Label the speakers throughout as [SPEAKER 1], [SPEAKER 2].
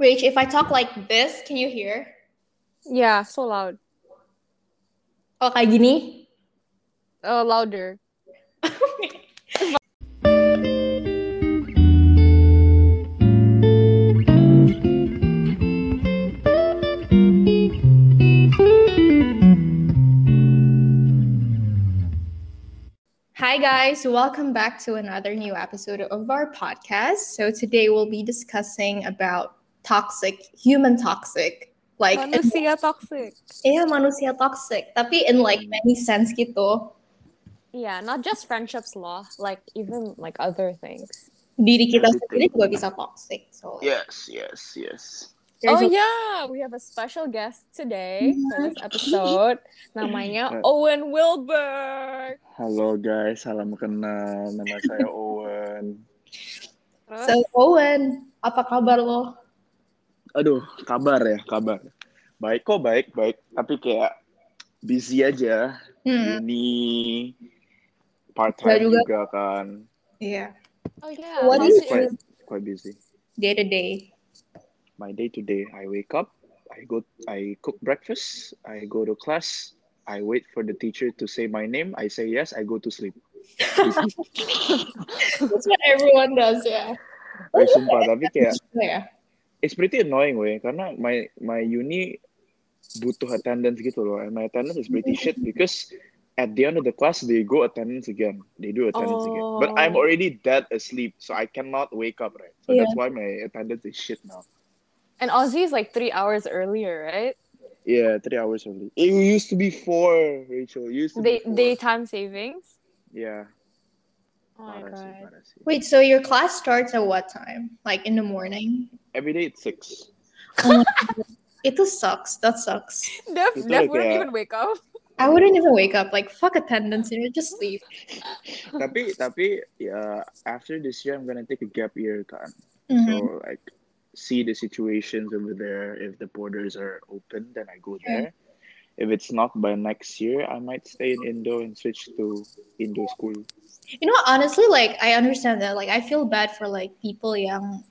[SPEAKER 1] Rach, if I talk like this, can you hear?
[SPEAKER 2] Yeah, so loud.
[SPEAKER 1] Oh, kayak gini?
[SPEAKER 2] Uh, louder.
[SPEAKER 1] Hi, guys. Welcome back to another new episode of our podcast. So, today we'll be discussing about toxic, human toxic, like
[SPEAKER 2] Oh, Manusia toxic.
[SPEAKER 1] yeah, manusia toxic, tapi in like many sense gitu.
[SPEAKER 2] Yeah, not just friendships law, like even like other things.
[SPEAKER 1] Diri kita
[SPEAKER 3] Everything.
[SPEAKER 1] sendiri juga bisa toxic. So,
[SPEAKER 3] Yes, yes, yes.
[SPEAKER 1] there's
[SPEAKER 2] oh
[SPEAKER 1] a-
[SPEAKER 2] yeah, we have a special guest today for this episode. Namanya Owen Wilbur.
[SPEAKER 3] Halo guys, salam kenal. Nama saya Owen.
[SPEAKER 2] Terus,
[SPEAKER 1] So, Owen, apa kabar lo?
[SPEAKER 3] Aduh, kabar ya, kabar. Baik kok, baik, baik. Tapi kayak busy aja.
[SPEAKER 1] Hmm,
[SPEAKER 3] Ini part
[SPEAKER 1] Saya
[SPEAKER 3] time
[SPEAKER 1] juga.
[SPEAKER 3] juga. kan.
[SPEAKER 1] yeah.
[SPEAKER 2] oh yeah,
[SPEAKER 1] What
[SPEAKER 2] how's
[SPEAKER 1] is
[SPEAKER 2] your-
[SPEAKER 3] Quite, quite busy.
[SPEAKER 1] Day to day.
[SPEAKER 3] My day to day, I wake up, I go, I cook breakfast, I go to class, I wait for the teacher to say my name, I say yes, I go to sleep.
[SPEAKER 1] That's what everyone does, yeah.
[SPEAKER 3] Weh, sumpah, tapi kayak
[SPEAKER 1] Yeah.
[SPEAKER 3] it's pretty annoying way karena my my uni butuh attendance gitu loh and my attendance is pretty shit because at the end of the class they go attendance again they do attendance again but I'm
[SPEAKER 2] Oh.
[SPEAKER 3] already dead asleep so I cannot wake up right so
[SPEAKER 1] Yeah.
[SPEAKER 3] that's why my attendance is shit now
[SPEAKER 2] And Aussie is like three hours earlier, right?
[SPEAKER 3] yeah three hours only it used to be four Rachel it used to
[SPEAKER 2] Day
[SPEAKER 3] be four.
[SPEAKER 2] daytime savings.
[SPEAKER 3] yeah
[SPEAKER 2] Oh my
[SPEAKER 3] parah sih,
[SPEAKER 2] god.
[SPEAKER 3] parah sih.
[SPEAKER 1] Wait, so your class starts at what time? Like in the morning?
[SPEAKER 3] every day it's six
[SPEAKER 1] It sucks. That sucks.
[SPEAKER 2] Def,
[SPEAKER 3] Itu
[SPEAKER 2] Def
[SPEAKER 3] loh
[SPEAKER 2] wouldn't
[SPEAKER 3] kayak-
[SPEAKER 2] even wake up.
[SPEAKER 1] I wouldn't even wake up. Like fuck attendance, you know, just sleep.
[SPEAKER 3] tapi tapi ya after this year I'm gonna take a gap year kan
[SPEAKER 1] Mhm.
[SPEAKER 3] So like see the situations over there. If the borders are open, then I go there. If it's not by next year, I might stay in Indo and switch to Indo school.
[SPEAKER 1] You know, honestly, like I understand that. Like I feel bad for like people yang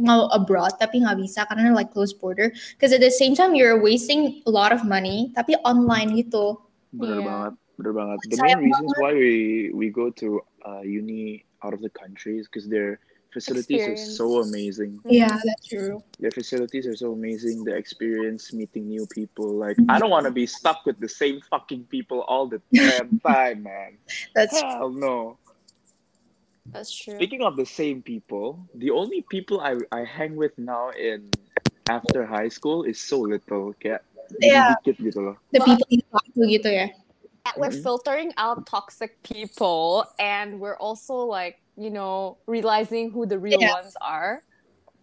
[SPEAKER 1] mau abroad tapi nggak bisa karena like close border. Because at the same time you're wasting a lot of money. Tapi online gitu.
[SPEAKER 3] Bener
[SPEAKER 2] Yeah.
[SPEAKER 3] banget, bener banget. The
[SPEAKER 1] Sayang
[SPEAKER 3] main reasons why we we go to uh, uni out of the country is because their facilities are so amazing.
[SPEAKER 1] that's true.
[SPEAKER 3] Their facilities are so amazing. The experience meeting new people. Like I don't want to be stuck with the same fucking people all the damn time, man.
[SPEAKER 1] That's
[SPEAKER 3] Hell no.
[SPEAKER 2] That's true.
[SPEAKER 3] Speaking of the same people, the only people I, I hang with now in after high school is so little. Kayak
[SPEAKER 1] Yeah.
[SPEAKER 3] dikit gitu loh.
[SPEAKER 1] the people you talk to gitu ya.
[SPEAKER 2] that we're
[SPEAKER 3] Mhm.
[SPEAKER 2] filtering out toxic people and we're also like you know realizing who the real
[SPEAKER 1] Yeah.
[SPEAKER 2] ones are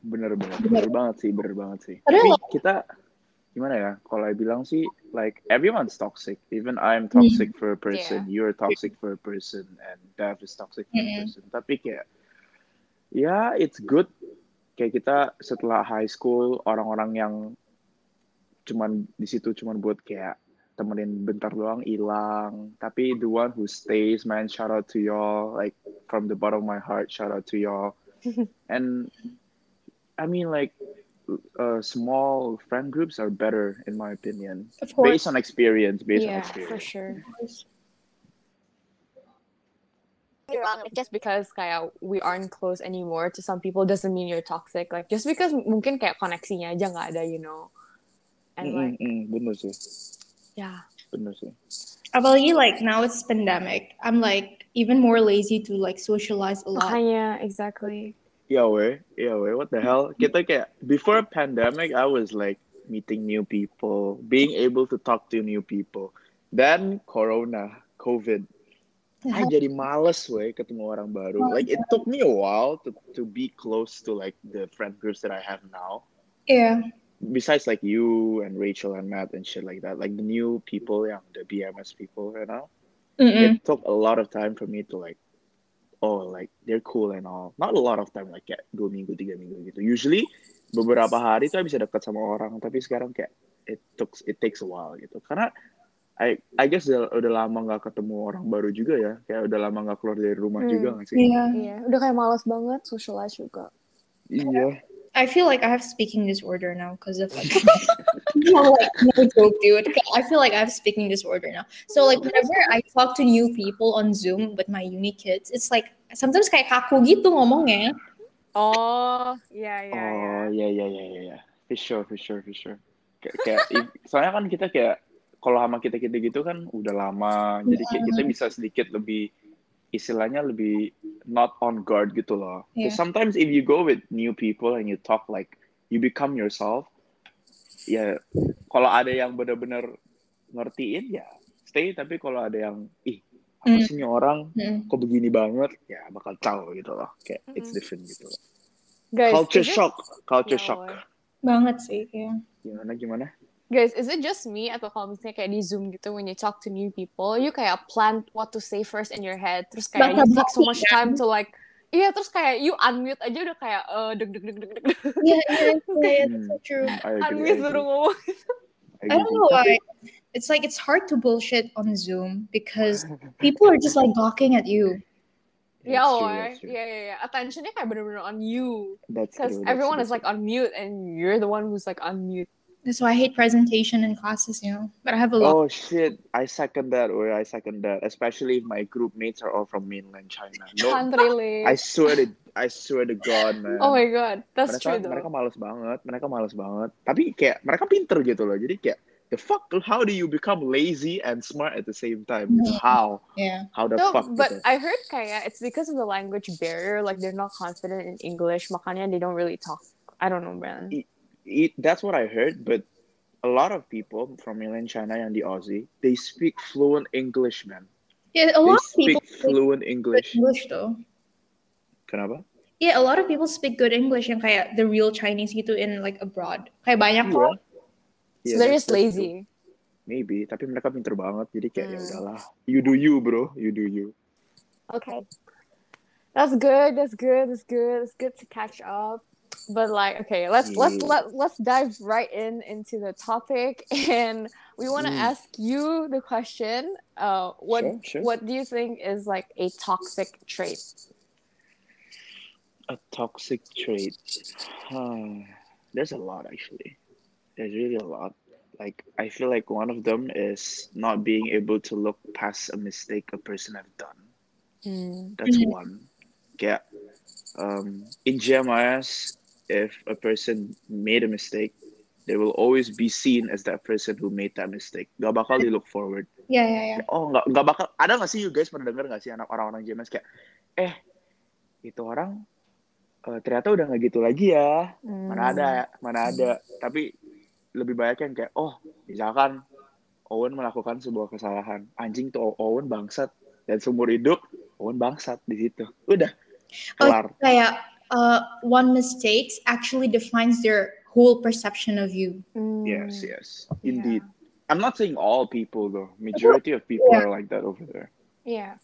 [SPEAKER 3] Bener bener bener banget sih, bener banget sih.
[SPEAKER 1] Padahal-
[SPEAKER 3] Tapi kita gimana ya? Kalau I bilang sih, like everyone's toxic. Even I'm toxic for a person, you're toxic for a person, and Dev is toxic for a
[SPEAKER 1] Mm-mm.
[SPEAKER 3] person. Tapi kayak, yeah, it's good. Kayak kita setelah high school orang-orang yang cuman di situ cuman buat kayak temenin bentar doang hilang tapi the one who stays man shout out to y'all like from the bottom of my heart shout out to y'all and I mean like uh, small friend groups are better in my opinion
[SPEAKER 1] Of course.
[SPEAKER 3] based on experience based on
[SPEAKER 2] yeah for
[SPEAKER 3] experience
[SPEAKER 2] sure just because kayak we aren't close anymore to some people doesn't mean you're toxic like just because mungkin kayak koneksinya aja nggak ada you know and
[SPEAKER 3] Mm,
[SPEAKER 2] like
[SPEAKER 3] mm, mm, bener sih
[SPEAKER 2] yeah
[SPEAKER 3] bener sih
[SPEAKER 1] Apalagi like now it's pandemic. I'm like even more lazy to like socialize a lot.
[SPEAKER 2] makanya exactly
[SPEAKER 3] yeah way yeah way what the hell kita kayak before pandemic I was like meeting new people being able to talk to new people then corona covid I jadi males we ketemu orang baru. Like it took me a while to to be close to like the friend groups that I have now.
[SPEAKER 1] Yeah.
[SPEAKER 3] Besides like you and Rachel and Matt and shit like that. Like the new people, yeah, the BMS people right now.
[SPEAKER 1] Mm-mm.
[SPEAKER 3] It took a lot of time for me to like, oh like they're cool and all. Not a lot of time like kayak dua minggu tiga minggu gitu. Usually beberapa hari tuh I bisa dekat sama orang tapi sekarang kayak it took it takes a while gitu. Karena I I guess udah, udah lama nggak ketemu orang baru juga ya. Kayak udah lama nggak keluar dari
[SPEAKER 1] Iya.
[SPEAKER 3] rumah
[SPEAKER 2] Hmm.
[SPEAKER 3] juga nggak sih?
[SPEAKER 1] Yeah.
[SPEAKER 2] yeah udah kayak malas banget socialize juga
[SPEAKER 3] Iya.
[SPEAKER 1] I feel like I have speaking disorder now because of like no, like no joke, dude. I feel like I have speaking disorder now. So like whenever I talk to new people on Zoom with my uni kids, it's like sometimes kayak kaku gitu eh. ngomongnya.
[SPEAKER 2] Oh, ya ya ya.
[SPEAKER 3] Oh ya ya ya ya ya. For sure, for sure, for sure. Kayak, kayak i- soalnya kan kita kayak kalau sama kita kita gitu kan udah lama, jadi kayak kita bisa sedikit lebih istilahnya lebih not on guard gitu loh. 'Cause
[SPEAKER 1] Iya.
[SPEAKER 3] sometimes if you go with new people and you talk like you become yourself, ya kalau ada yang benar-benar ngertiin ya stay, tapi kalau ada yang ih apa
[SPEAKER 1] Hmm.
[SPEAKER 3] sih ini orang
[SPEAKER 1] Mm.
[SPEAKER 3] kok begini banget ya bakal tahu gitu loh kayak it's different gitu loh.
[SPEAKER 2] Guys,
[SPEAKER 3] Oh, culture
[SPEAKER 2] is it-
[SPEAKER 3] shock culture
[SPEAKER 2] Ya
[SPEAKER 3] shock
[SPEAKER 2] Allah.
[SPEAKER 1] Banget sih, kayak.
[SPEAKER 3] gimana gimana
[SPEAKER 2] Guys, is it just me atau kalau misalnya kayak di Zoom gitu when you talk to new people, you kayak plan what to say first in your head, terus kayak you take so much time to like, iya terus kayak you unmute aja udah kayak eh deg deg deg deg deg deg
[SPEAKER 1] Yeah, yeah, yeah, yeah, that's so
[SPEAKER 3] Hmm.
[SPEAKER 1] true.
[SPEAKER 3] I agree,
[SPEAKER 2] unmute
[SPEAKER 3] I
[SPEAKER 2] baru
[SPEAKER 3] agree,
[SPEAKER 2] ngomong.
[SPEAKER 1] I
[SPEAKER 3] I
[SPEAKER 1] don't
[SPEAKER 3] agree.
[SPEAKER 1] know why. It's like it's hard to bullshit on Zoom because people are just like gawking at you.
[SPEAKER 2] Ya
[SPEAKER 3] That's true,
[SPEAKER 2] or
[SPEAKER 3] that's true.
[SPEAKER 2] ya ya ya, attentionnya kayak bener-bener on you,
[SPEAKER 3] That's true,
[SPEAKER 2] because
[SPEAKER 3] that's
[SPEAKER 2] everyone
[SPEAKER 3] true,
[SPEAKER 2] is like on mute and you're the one who's like unmute.
[SPEAKER 1] That's why I hate presentation in classes, you know. But I have a lot.
[SPEAKER 3] Oh shit! I second that, or I second that, especially if my group mates are all from mainland China. No,
[SPEAKER 2] Can't relate.
[SPEAKER 3] I swear to, I swear to God, man.
[SPEAKER 2] Oh my god, that's true
[SPEAKER 3] mereka mereka
[SPEAKER 2] though.
[SPEAKER 3] malas banget, mereka malas banget. Tapi kayak mereka pinter gitu loh. Jadi kayak the fuck, how do you become lazy and smart at the same time?
[SPEAKER 1] Mhm.
[SPEAKER 3] How,
[SPEAKER 1] Yeah.
[SPEAKER 3] how the
[SPEAKER 2] No,
[SPEAKER 3] fuck?
[SPEAKER 2] but
[SPEAKER 3] gitu.
[SPEAKER 2] I heard kayak it's because of the language barrier. Like they're not confident in English, makanya they don't really talk. I don't know, man.
[SPEAKER 3] it, that's what I heard, but a lot of people from mainland China and the Aussie, they speak fluent English, man.
[SPEAKER 1] Yeah, a
[SPEAKER 3] They
[SPEAKER 1] lot of people
[SPEAKER 3] speak fluent
[SPEAKER 1] speak
[SPEAKER 3] English.
[SPEAKER 1] English though.
[SPEAKER 3] Kenapa?
[SPEAKER 1] Yeah, a lot of people speak good English yang kayak the real Chinese gitu in like abroad. Kayak banyak kok.
[SPEAKER 2] So
[SPEAKER 3] Iya,
[SPEAKER 2] they're
[SPEAKER 3] that's-
[SPEAKER 2] just
[SPEAKER 3] that's
[SPEAKER 2] lazy.
[SPEAKER 3] true. Maybe, tapi mereka pinter banget, jadi kayak ya
[SPEAKER 2] Hmm.
[SPEAKER 3] udahlah. You do you, bro. You do you.
[SPEAKER 2] Okay, that's good. That's good. That's good. It's good to catch up. But like, okay, let's let's
[SPEAKER 3] Yeah.
[SPEAKER 2] let let's dive right in into the topic, and we want to
[SPEAKER 3] Mm.
[SPEAKER 2] ask you the question. Uh, what
[SPEAKER 3] Sure, sure.
[SPEAKER 2] what do you think is like a toxic trait?
[SPEAKER 3] A toxic trait. Huh. There's a lot actually. There's really a lot. Like I feel like one of them is not being able to look past a mistake a person have done. That's
[SPEAKER 1] Mhm.
[SPEAKER 3] one. Yeah. Um, in GMIS, if a person made a mistake, they will always be seen as that person who made that mistake. Gak bakal di look forward.
[SPEAKER 1] Yeah, yeah, yeah.
[SPEAKER 3] Oh, gak, gak bakal. Ada gak sih you guys pernah denger gak sih anak orang-orang GMS kayak, eh, itu orang eh, ternyata udah gak gitu lagi ya. Mana ada,
[SPEAKER 1] Hmm.
[SPEAKER 3] mana ada. Tapi lebih banyak yang kayak, oh, misalkan Owen melakukan sebuah kesalahan. Anjing tuh Owen bangsat. Dan seumur hidup, Owen bangsat di situ. Udah,
[SPEAKER 1] Oh,
[SPEAKER 3] kelar.
[SPEAKER 1] Kayak uh, one mistake actually defines their whole perception of you. iya.
[SPEAKER 3] Yes, yes,
[SPEAKER 2] Yeah.
[SPEAKER 3] indeed. I'm not saying all people though. Majority of people
[SPEAKER 1] Yeah.
[SPEAKER 3] are like that over there.
[SPEAKER 2] Yeah.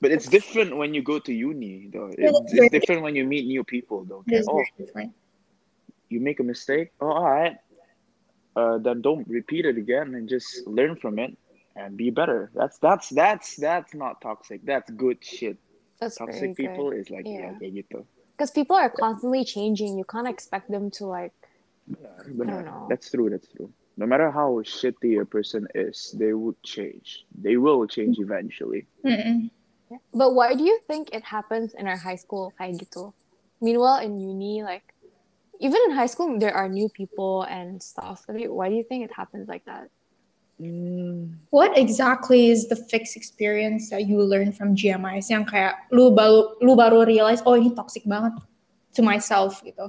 [SPEAKER 3] But it's different when you go to uni though.
[SPEAKER 1] Yeah,
[SPEAKER 3] It's,
[SPEAKER 1] that's
[SPEAKER 3] it's
[SPEAKER 1] very-
[SPEAKER 3] different when you meet new people though.
[SPEAKER 1] It
[SPEAKER 3] Okay,
[SPEAKER 1] is
[SPEAKER 3] oh,
[SPEAKER 1] very different.
[SPEAKER 3] you make a mistake. Oh, all right. Uh, then don't repeat it again and just learn from it and be better. That's that's that's that's not toxic. That's good shit.
[SPEAKER 2] That's
[SPEAKER 3] Toxic people is like yeah,
[SPEAKER 2] Yeah.
[SPEAKER 3] kayak gitu.
[SPEAKER 2] Because people are constantly changing. You can't expect them to like.
[SPEAKER 3] Benar, benar.
[SPEAKER 2] know.
[SPEAKER 3] That's true. That's true. No matter how shitty a person is, they would change. They will change eventually.
[SPEAKER 1] Mm-mm.
[SPEAKER 2] But why do you think it happens in our high school kayak gitu? Meanwhile, in uni, like, even in high school, there are new people and stuff. Tapi Why do you think it happens like that?
[SPEAKER 3] Mm,
[SPEAKER 1] What exactly is the fixed experience that you learn from GMI? Yang kayak lu baru lu baru realize oh ini toxic banget to myself gitu.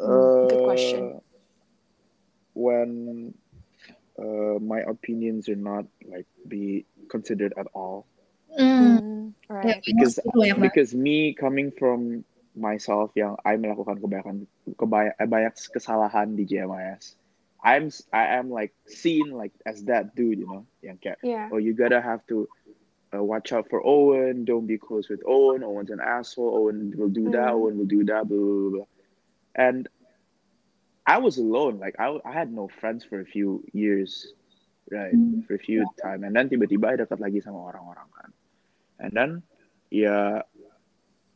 [SPEAKER 2] Mm, good question.
[SPEAKER 3] Uh, When uh, my opinions are not like be considered at all,
[SPEAKER 1] Mm.
[SPEAKER 2] Right.
[SPEAKER 3] because
[SPEAKER 1] Itu yang banget.
[SPEAKER 3] because me coming from myself yang I melakukan kebanyakan kebaya, eh, banyak kesalahan di JMIS, I'm s- I am like seen like as that dude, you know, yang kayak
[SPEAKER 2] Yeah.
[SPEAKER 3] oh you gotta have to uh, watch out for Owen. Don't be close with Owen. Owen's an asshole. Owen will do that.
[SPEAKER 2] Mm.
[SPEAKER 3] Owen will do that. Blah, blah, blah, blah. And I was alone. Like I, I had no friends for a few years, right?
[SPEAKER 1] Mm.
[SPEAKER 3] For a few time. And then tiba-tiba I dekat lagi sama orang-orang kan. And then ya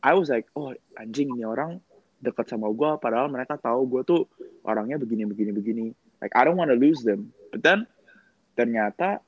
[SPEAKER 3] I was like, oh anjing ini orang dekat sama gue padahal mereka tahu gue tuh orangnya begini begini begini like I don't wanna lose them but then ternyata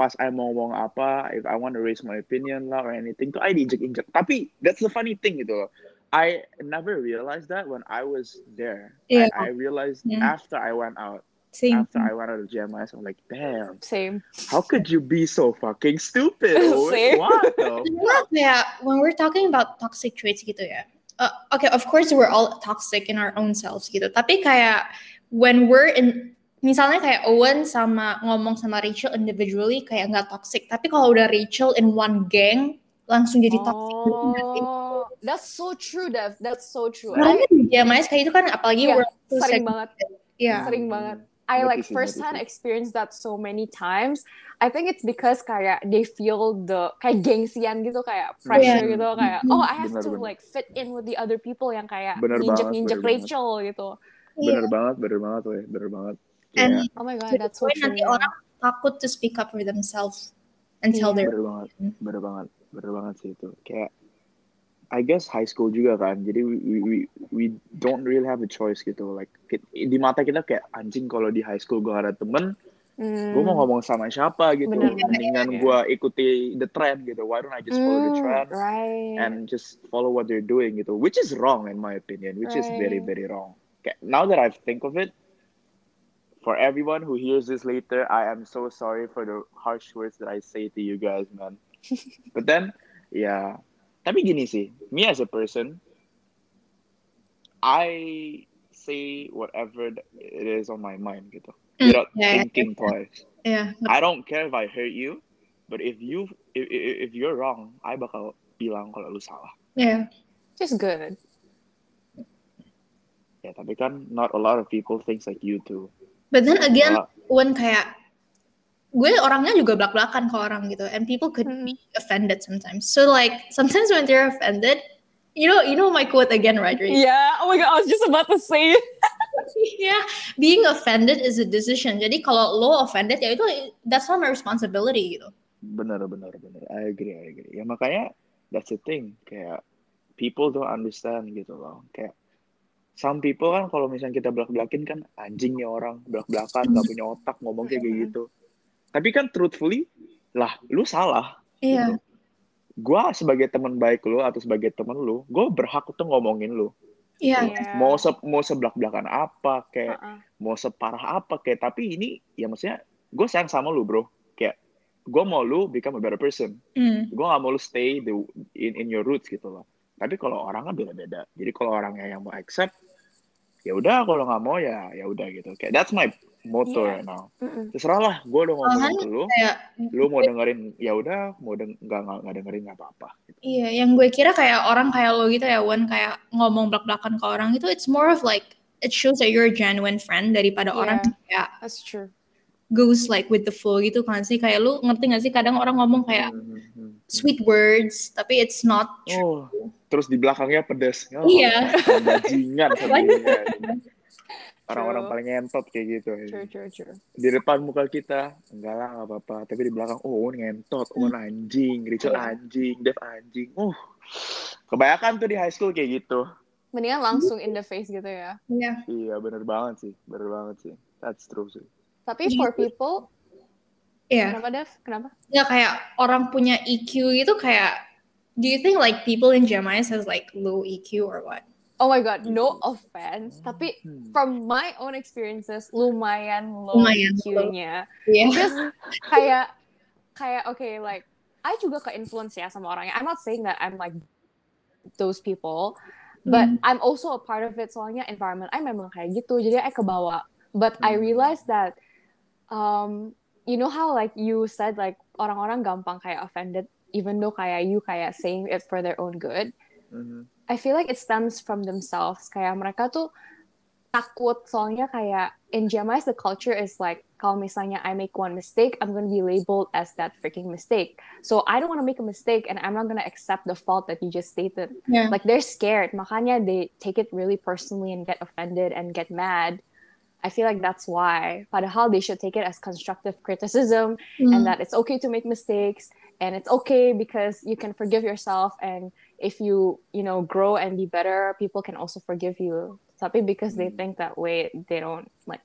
[SPEAKER 3] pas I mau ngomong apa if I wanna raise my opinion lah or anything tuh I diinjek injek tapi that's the funny thing gitu loh I never realized that when I was there
[SPEAKER 1] Yeah.
[SPEAKER 3] I, I realized
[SPEAKER 1] Yeah.
[SPEAKER 3] after I went out
[SPEAKER 1] Same.
[SPEAKER 3] after I went out of GMS I'm like damn
[SPEAKER 2] Same.
[SPEAKER 3] how could you be so fucking stupid Owen?
[SPEAKER 2] Same.
[SPEAKER 3] what the
[SPEAKER 1] Kenapa ya, when we're talking about toxic traits gitu ya. Uh, okay, of course we're all toxic in our own selves gitu. Tapi kayak when we're in misalnya kayak Owen sama ngomong sama Rachel individually kayak nggak toxic. Tapi kalau udah Rachel in one gang langsung jadi toxic.
[SPEAKER 2] Oh, that's so true, Dev. That's so true. I,
[SPEAKER 1] Karena dia main kayak itu kan apalagi
[SPEAKER 2] Iya,
[SPEAKER 1] we're so
[SPEAKER 2] sering
[SPEAKER 1] seg-
[SPEAKER 2] banget.
[SPEAKER 1] Iya.
[SPEAKER 2] Sering banget. I
[SPEAKER 3] Ngerti
[SPEAKER 2] like
[SPEAKER 3] sih,
[SPEAKER 2] first hand
[SPEAKER 3] ngerti
[SPEAKER 2] experience that so many times. I think it's because kayak they feel the kayak gengsian gitu kayak pressure
[SPEAKER 3] Iya.
[SPEAKER 2] gitu kayak
[SPEAKER 1] Mhm.
[SPEAKER 2] oh I have
[SPEAKER 3] Benar,
[SPEAKER 2] to
[SPEAKER 3] benar.
[SPEAKER 2] like fit in with the other people yang kayak
[SPEAKER 3] Benar
[SPEAKER 2] ninjek
[SPEAKER 3] banget,
[SPEAKER 2] ninjek
[SPEAKER 3] benar banget.
[SPEAKER 2] Rachel gitu.
[SPEAKER 1] Iya.
[SPEAKER 3] bener banget bener banget weh bener banget
[SPEAKER 1] And
[SPEAKER 3] Kayak,
[SPEAKER 2] Oh my god,
[SPEAKER 1] To the
[SPEAKER 2] that's so
[SPEAKER 1] point
[SPEAKER 2] true.
[SPEAKER 1] nanti orang takut to speak up for themselves and tell their
[SPEAKER 3] bener banget bener banget bener banget sih itu kayak I guess high school juga kan jadi we we we, we don't really have a choice gitu like ki- di mata kita kayak anjing kalau di high school gue ada temen
[SPEAKER 2] Hmm.
[SPEAKER 3] gue mau ngomong sama siapa gitu
[SPEAKER 2] Bener,
[SPEAKER 1] bener,
[SPEAKER 3] mendingan
[SPEAKER 2] bener.
[SPEAKER 3] gue ikuti the trend gitu why don't I just follow the
[SPEAKER 2] Hmm,
[SPEAKER 3] trend
[SPEAKER 2] Right.
[SPEAKER 3] and just follow what they're doing gitu which is wrong in my opinion which is very
[SPEAKER 2] Right.
[SPEAKER 3] very wrong okay, now that I think of it for everyone who hears this later I am so sorry for the harsh words that I say to you guys man but then yeah tapi gini sih me as a person I say whatever it is on my mind gitu
[SPEAKER 2] Hmm,
[SPEAKER 1] Mm,
[SPEAKER 3] without
[SPEAKER 1] yeah, yeah,
[SPEAKER 3] thinking twice
[SPEAKER 1] Iya.
[SPEAKER 3] I don't care if I hurt you but if you if, if, if you're wrong I bakal bilang kalau lu salah
[SPEAKER 1] Iya.
[SPEAKER 2] Just good.
[SPEAKER 3] Ya, tapi kan not a lot of people thinks like you too. Ya,
[SPEAKER 1] But then again,
[SPEAKER 3] Wah.
[SPEAKER 1] when kayak gue orangnya juga belak-belakan ke orang gitu, and people could
[SPEAKER 2] Hmm.
[SPEAKER 1] be offended sometimes. So like sometimes when they're offended, you know, you know my quote again, right? Rachel?
[SPEAKER 2] Yeah. Oh my god, I was just about to say it.
[SPEAKER 1] yeah, being offended is a decision. Jadi kalau lo offended ya itu that's not my responsibility gitu.
[SPEAKER 3] Bener, bener, bener. I agree, I agree. Ya makanya that's the thing. Kayak people don't understand gitu loh. Kayak some people kan kalau misalnya kita belak-belakin kan anjing nih orang belak-belakan nggak punya otak ngomong kayak
[SPEAKER 2] Mhm.
[SPEAKER 3] gitu. Tapi kan truthfully lah lu salah.
[SPEAKER 1] Iya,
[SPEAKER 3] Gitu. Gua sebagai teman baik lu atau sebagai teman lu, gue berhak untuk ngomongin lu.
[SPEAKER 1] iya,
[SPEAKER 2] Yeah.
[SPEAKER 3] Mau se mau seblak-belakan apa kayak
[SPEAKER 2] Uh-uh.
[SPEAKER 3] mau separah apa kayak tapi ini ya maksudnya gue sayang sama lu bro kayak gue mau lu become a better person
[SPEAKER 1] Mm,
[SPEAKER 3] gue gak mau lu stay the, in in your roots gitu loh tapi kalau orang kan beda-beda jadi kalau orangnya yang mau accept ya udah kalau nggak mau ya ya udah gitu kayak that's my motto
[SPEAKER 2] Iya.
[SPEAKER 3] right now
[SPEAKER 2] Mm-mm.
[SPEAKER 3] terserah lah gue udah ngomongin ke lu
[SPEAKER 1] kayak
[SPEAKER 3] lu mau dengerin ya udah mau deng nggak nggak nggak dengerin nggak apa-apa gitu.
[SPEAKER 1] Iya, yang gue kira kayak orang kayak lo gitu ya, Wan kayak ngomong belak-belakan ke orang itu, it's more of like it shows that you're a genuine friend daripada orang
[SPEAKER 2] Yeah.
[SPEAKER 1] kayak
[SPEAKER 2] That's true.
[SPEAKER 1] goes like with the flow gitu kan sih, kayak lu ngerti gak sih kadang orang ngomong kayak
[SPEAKER 3] Hmm, hmm, hmm.
[SPEAKER 1] sweet words tapi it's not true.
[SPEAKER 3] oh terus di belakangnya pedes oh,
[SPEAKER 1] Iya.
[SPEAKER 3] bajingan sebenarnya. orang-orang
[SPEAKER 2] True.
[SPEAKER 3] paling ngentot kayak gitu
[SPEAKER 2] True, true, true.
[SPEAKER 3] di depan muka kita enggak lah nggak apa-apa tapi di belakang oh Owen ngentot Owen anjing Rachel
[SPEAKER 2] Hmm. Iya.
[SPEAKER 3] anjing Dev anjing uh kebanyakan tuh di high school kayak gitu
[SPEAKER 2] Mendingan langsung in the face gitu ya.
[SPEAKER 1] Iya.
[SPEAKER 3] iya bener banget sih bener banget sih that's true sih
[SPEAKER 2] Tapi for people,
[SPEAKER 1] Iya.
[SPEAKER 2] kenapa Dev? Kenapa?
[SPEAKER 1] Nggak Iya, kayak orang punya EQ gitu kayak do you think like people in Jamaica has like low EQ or what?
[SPEAKER 2] Oh my god, no offense, tapi
[SPEAKER 3] Hmm.
[SPEAKER 2] from my own experiences lumayan low
[SPEAKER 1] Lumayan low.
[SPEAKER 2] EQ-nya.
[SPEAKER 1] Iya.
[SPEAKER 2] Terus kayak kayak oke like I juga ke influence ya sama orangnya. I'm not saying that I'm like those people, but
[SPEAKER 1] Hmm.
[SPEAKER 2] I'm also a part of it soalnya environment I memang kayak gitu. Jadi I kebawa. But I
[SPEAKER 3] Hmm.
[SPEAKER 2] realized that um you know how like you said like orang-orang gampang kayak offended even though kayak you kayak saying it for their own good.
[SPEAKER 3] Mhm.
[SPEAKER 2] I feel like it stems from themselves. Kayak mereka tuh takut soalnya kayak in GMIs the culture is like kalau misalnya I make one mistake, I'm gonna be labeled as that freaking mistake. So I don't want to make a mistake and I'm not gonna accept the fault that you just stated.
[SPEAKER 1] Iya.
[SPEAKER 2] Like they're scared. Makanya they take it really personally and get offended and get mad. I feel like that's
[SPEAKER 1] Hmm. Mm.
[SPEAKER 2] why. Padahal they should take it as constructive criticism and that it's okay to make mistakes and it's okay because you can forgive yourself and if you you know grow and be better people can also forgive you tapi because
[SPEAKER 1] Mm.
[SPEAKER 2] they think that way they don't like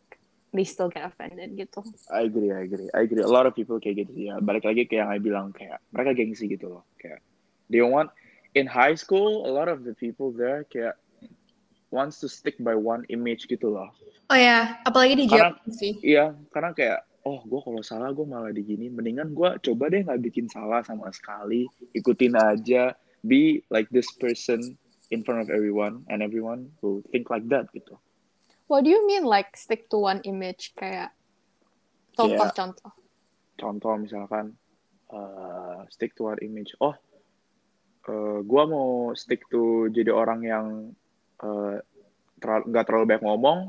[SPEAKER 2] they still get offended gitu
[SPEAKER 3] I agree, I agree, I agree. A lot of people kayak gitu ya. Balik lagi kayak yang I bilang kayak mereka gengsi gitu loh. Kayak they want in high school a lot of the people there kayak wants to stick by one image gitu loh.
[SPEAKER 1] Oh ya, apalagi di
[SPEAKER 3] Karena-
[SPEAKER 1] Jepang sih.
[SPEAKER 3] Iya, karena kayak oh gue kalau salah gue malah digini. Mendingan gue coba deh nggak bikin salah sama sekali. Ikutin aja. Be like this person in front of everyone and everyone will think like that gitu.
[SPEAKER 2] what do you mean like stick to one image kayak contoh contoh
[SPEAKER 3] contoh misalkan eh, stick to our image oh eh, gua mau stick to jadi orang yang eh, terlalu- nggak terlalu banyak ngomong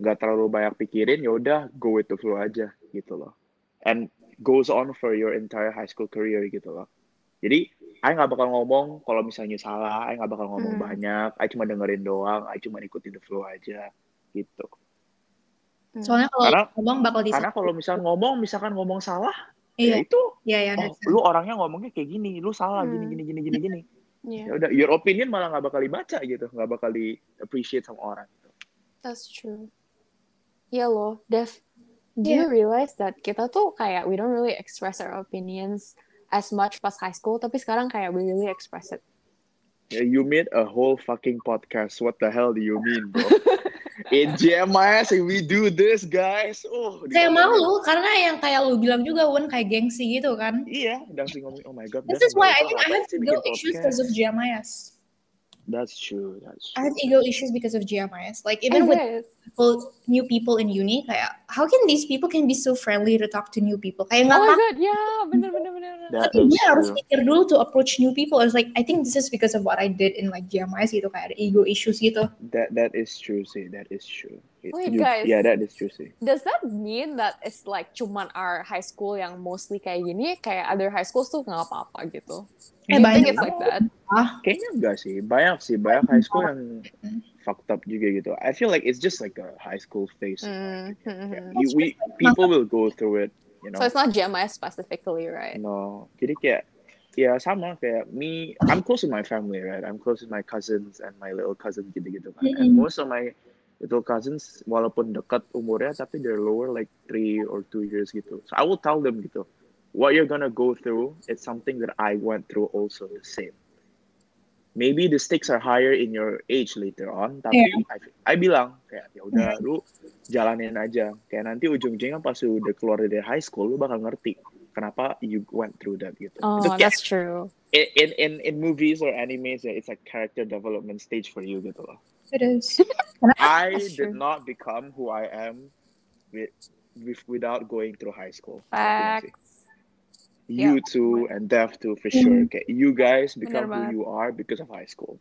[SPEAKER 3] nggak terlalu banyak pikirin yaudah go with the flow aja gitu loh and goes on for your entire high school career gitu loh jadi I nggak bakal ngomong kalau misalnya salah, I nggak bakal ngomong
[SPEAKER 2] Hmm.
[SPEAKER 3] banyak, I cuma dengerin doang, I cuma ikutin the flow aja gitu.
[SPEAKER 1] Soalnya kalau
[SPEAKER 3] Karena-
[SPEAKER 1] ngomong bakal di
[SPEAKER 3] Karena kalau misalkan ngomong, misalkan ngomong salah,
[SPEAKER 1] Iya,
[SPEAKER 3] ya itu
[SPEAKER 1] iya, iya.
[SPEAKER 3] oh,
[SPEAKER 1] understand.
[SPEAKER 3] lu orangnya ngomongnya kayak gini, lu salah gini
[SPEAKER 2] Hmm.
[SPEAKER 3] gini gini gini gini. Ya
[SPEAKER 2] yeah
[SPEAKER 3] udah, your opinion malah nggak bakal dibaca gitu, nggak bakal di appreciate sama orang. Gitu.
[SPEAKER 2] that's true Iya loh Dev do you realize that kita tuh kayak we don't really express our opinions as much pas high school tapi sekarang kayak we really express it
[SPEAKER 3] Ya, You made a whole fucking podcast. What the hell do you mean, bro? In GMIS, if we do this, guys. Oh,
[SPEAKER 1] Saya
[SPEAKER 3] di-
[SPEAKER 1] malu karena yang kayak lu bilang juga Won kayak gengsi gitu kan.
[SPEAKER 3] Iya, dan sih ngomong, oh my god.
[SPEAKER 1] This
[SPEAKER 3] Dan
[SPEAKER 1] is why I
[SPEAKER 3] ngomong,
[SPEAKER 1] think I
[SPEAKER 3] "Ngapain
[SPEAKER 1] have
[SPEAKER 3] sih
[SPEAKER 1] ego
[SPEAKER 3] bikin
[SPEAKER 1] issues
[SPEAKER 3] podcast?"
[SPEAKER 1] because of GMIS.
[SPEAKER 3] That's true, that's
[SPEAKER 1] I have
[SPEAKER 3] true.
[SPEAKER 1] ego issues because of GMIS. Like
[SPEAKER 2] I
[SPEAKER 1] even with
[SPEAKER 2] guess.
[SPEAKER 1] people, new people in uni, kayak how can these people can be so friendly to talk to new people? Kayak nggak
[SPEAKER 2] oh my
[SPEAKER 1] tahu.
[SPEAKER 2] god yeah bener bener bener, bener.
[SPEAKER 3] Uh-huh. That
[SPEAKER 1] Tapi
[SPEAKER 3] is
[SPEAKER 1] dia harus
[SPEAKER 3] true.
[SPEAKER 1] pikir dulu to approach new people. It's like I think this is because of what I did in like GMIS gitu kayak ada ego issues gitu.
[SPEAKER 3] That that is true sih, that is true. It-
[SPEAKER 2] Wait,
[SPEAKER 3] you-
[SPEAKER 2] guys.
[SPEAKER 3] Yeah, that is true sih.
[SPEAKER 2] Does that mean that it's like cuman our high school yang mostly kayak gini, kayak other high schools tuh nggak apa-apa gitu? Do
[SPEAKER 1] Eh,
[SPEAKER 2] you think
[SPEAKER 1] banyak
[SPEAKER 2] it's like that?
[SPEAKER 3] Kayaknya enggak sih, banyak sih, banyak high school yang fucked up juga gitu. I feel like it's just like a high school phase.
[SPEAKER 2] Mm, mm, mm.
[SPEAKER 3] Yeah, you- we people will go through it, you know.
[SPEAKER 2] So it's not GMI specifically, right?
[SPEAKER 3] No, jadi kayak ya sama kayak me. I'm close with my family, right? I'm close with my cousins and my little cousin gitu-gitu kan. And
[SPEAKER 1] Mm-mm.
[SPEAKER 3] most of my little cousins walaupun dekat umurnya tapi they're lower like three or two years gitu. So I will tell them gitu, what you're gonna go through, it's something that I went through also the same. Maybe the stakes are higher in your age later on, tapi I, I bilang kayak ya
[SPEAKER 2] Mm.
[SPEAKER 3] udah lu jalanin aja. Kayak nanti ujung-ujungnya pas lu udah keluar dari high school lu bakal ngerti kenapa you went through that gitu. Itu
[SPEAKER 2] Oh,
[SPEAKER 3] kayak
[SPEAKER 2] that's true.
[SPEAKER 3] in in in, in movies or animes yeah, it's a character development stage for you gitu loh.
[SPEAKER 1] It is.
[SPEAKER 3] I
[SPEAKER 2] That's true.
[SPEAKER 3] did not become who I am with, with without going through high school.
[SPEAKER 2] Facts.
[SPEAKER 3] You
[SPEAKER 2] Yeah. Mm-hmm.
[SPEAKER 3] too and Dev too for sure. Okay, you guys become
[SPEAKER 2] Bener banget.
[SPEAKER 3] who you are because of high school,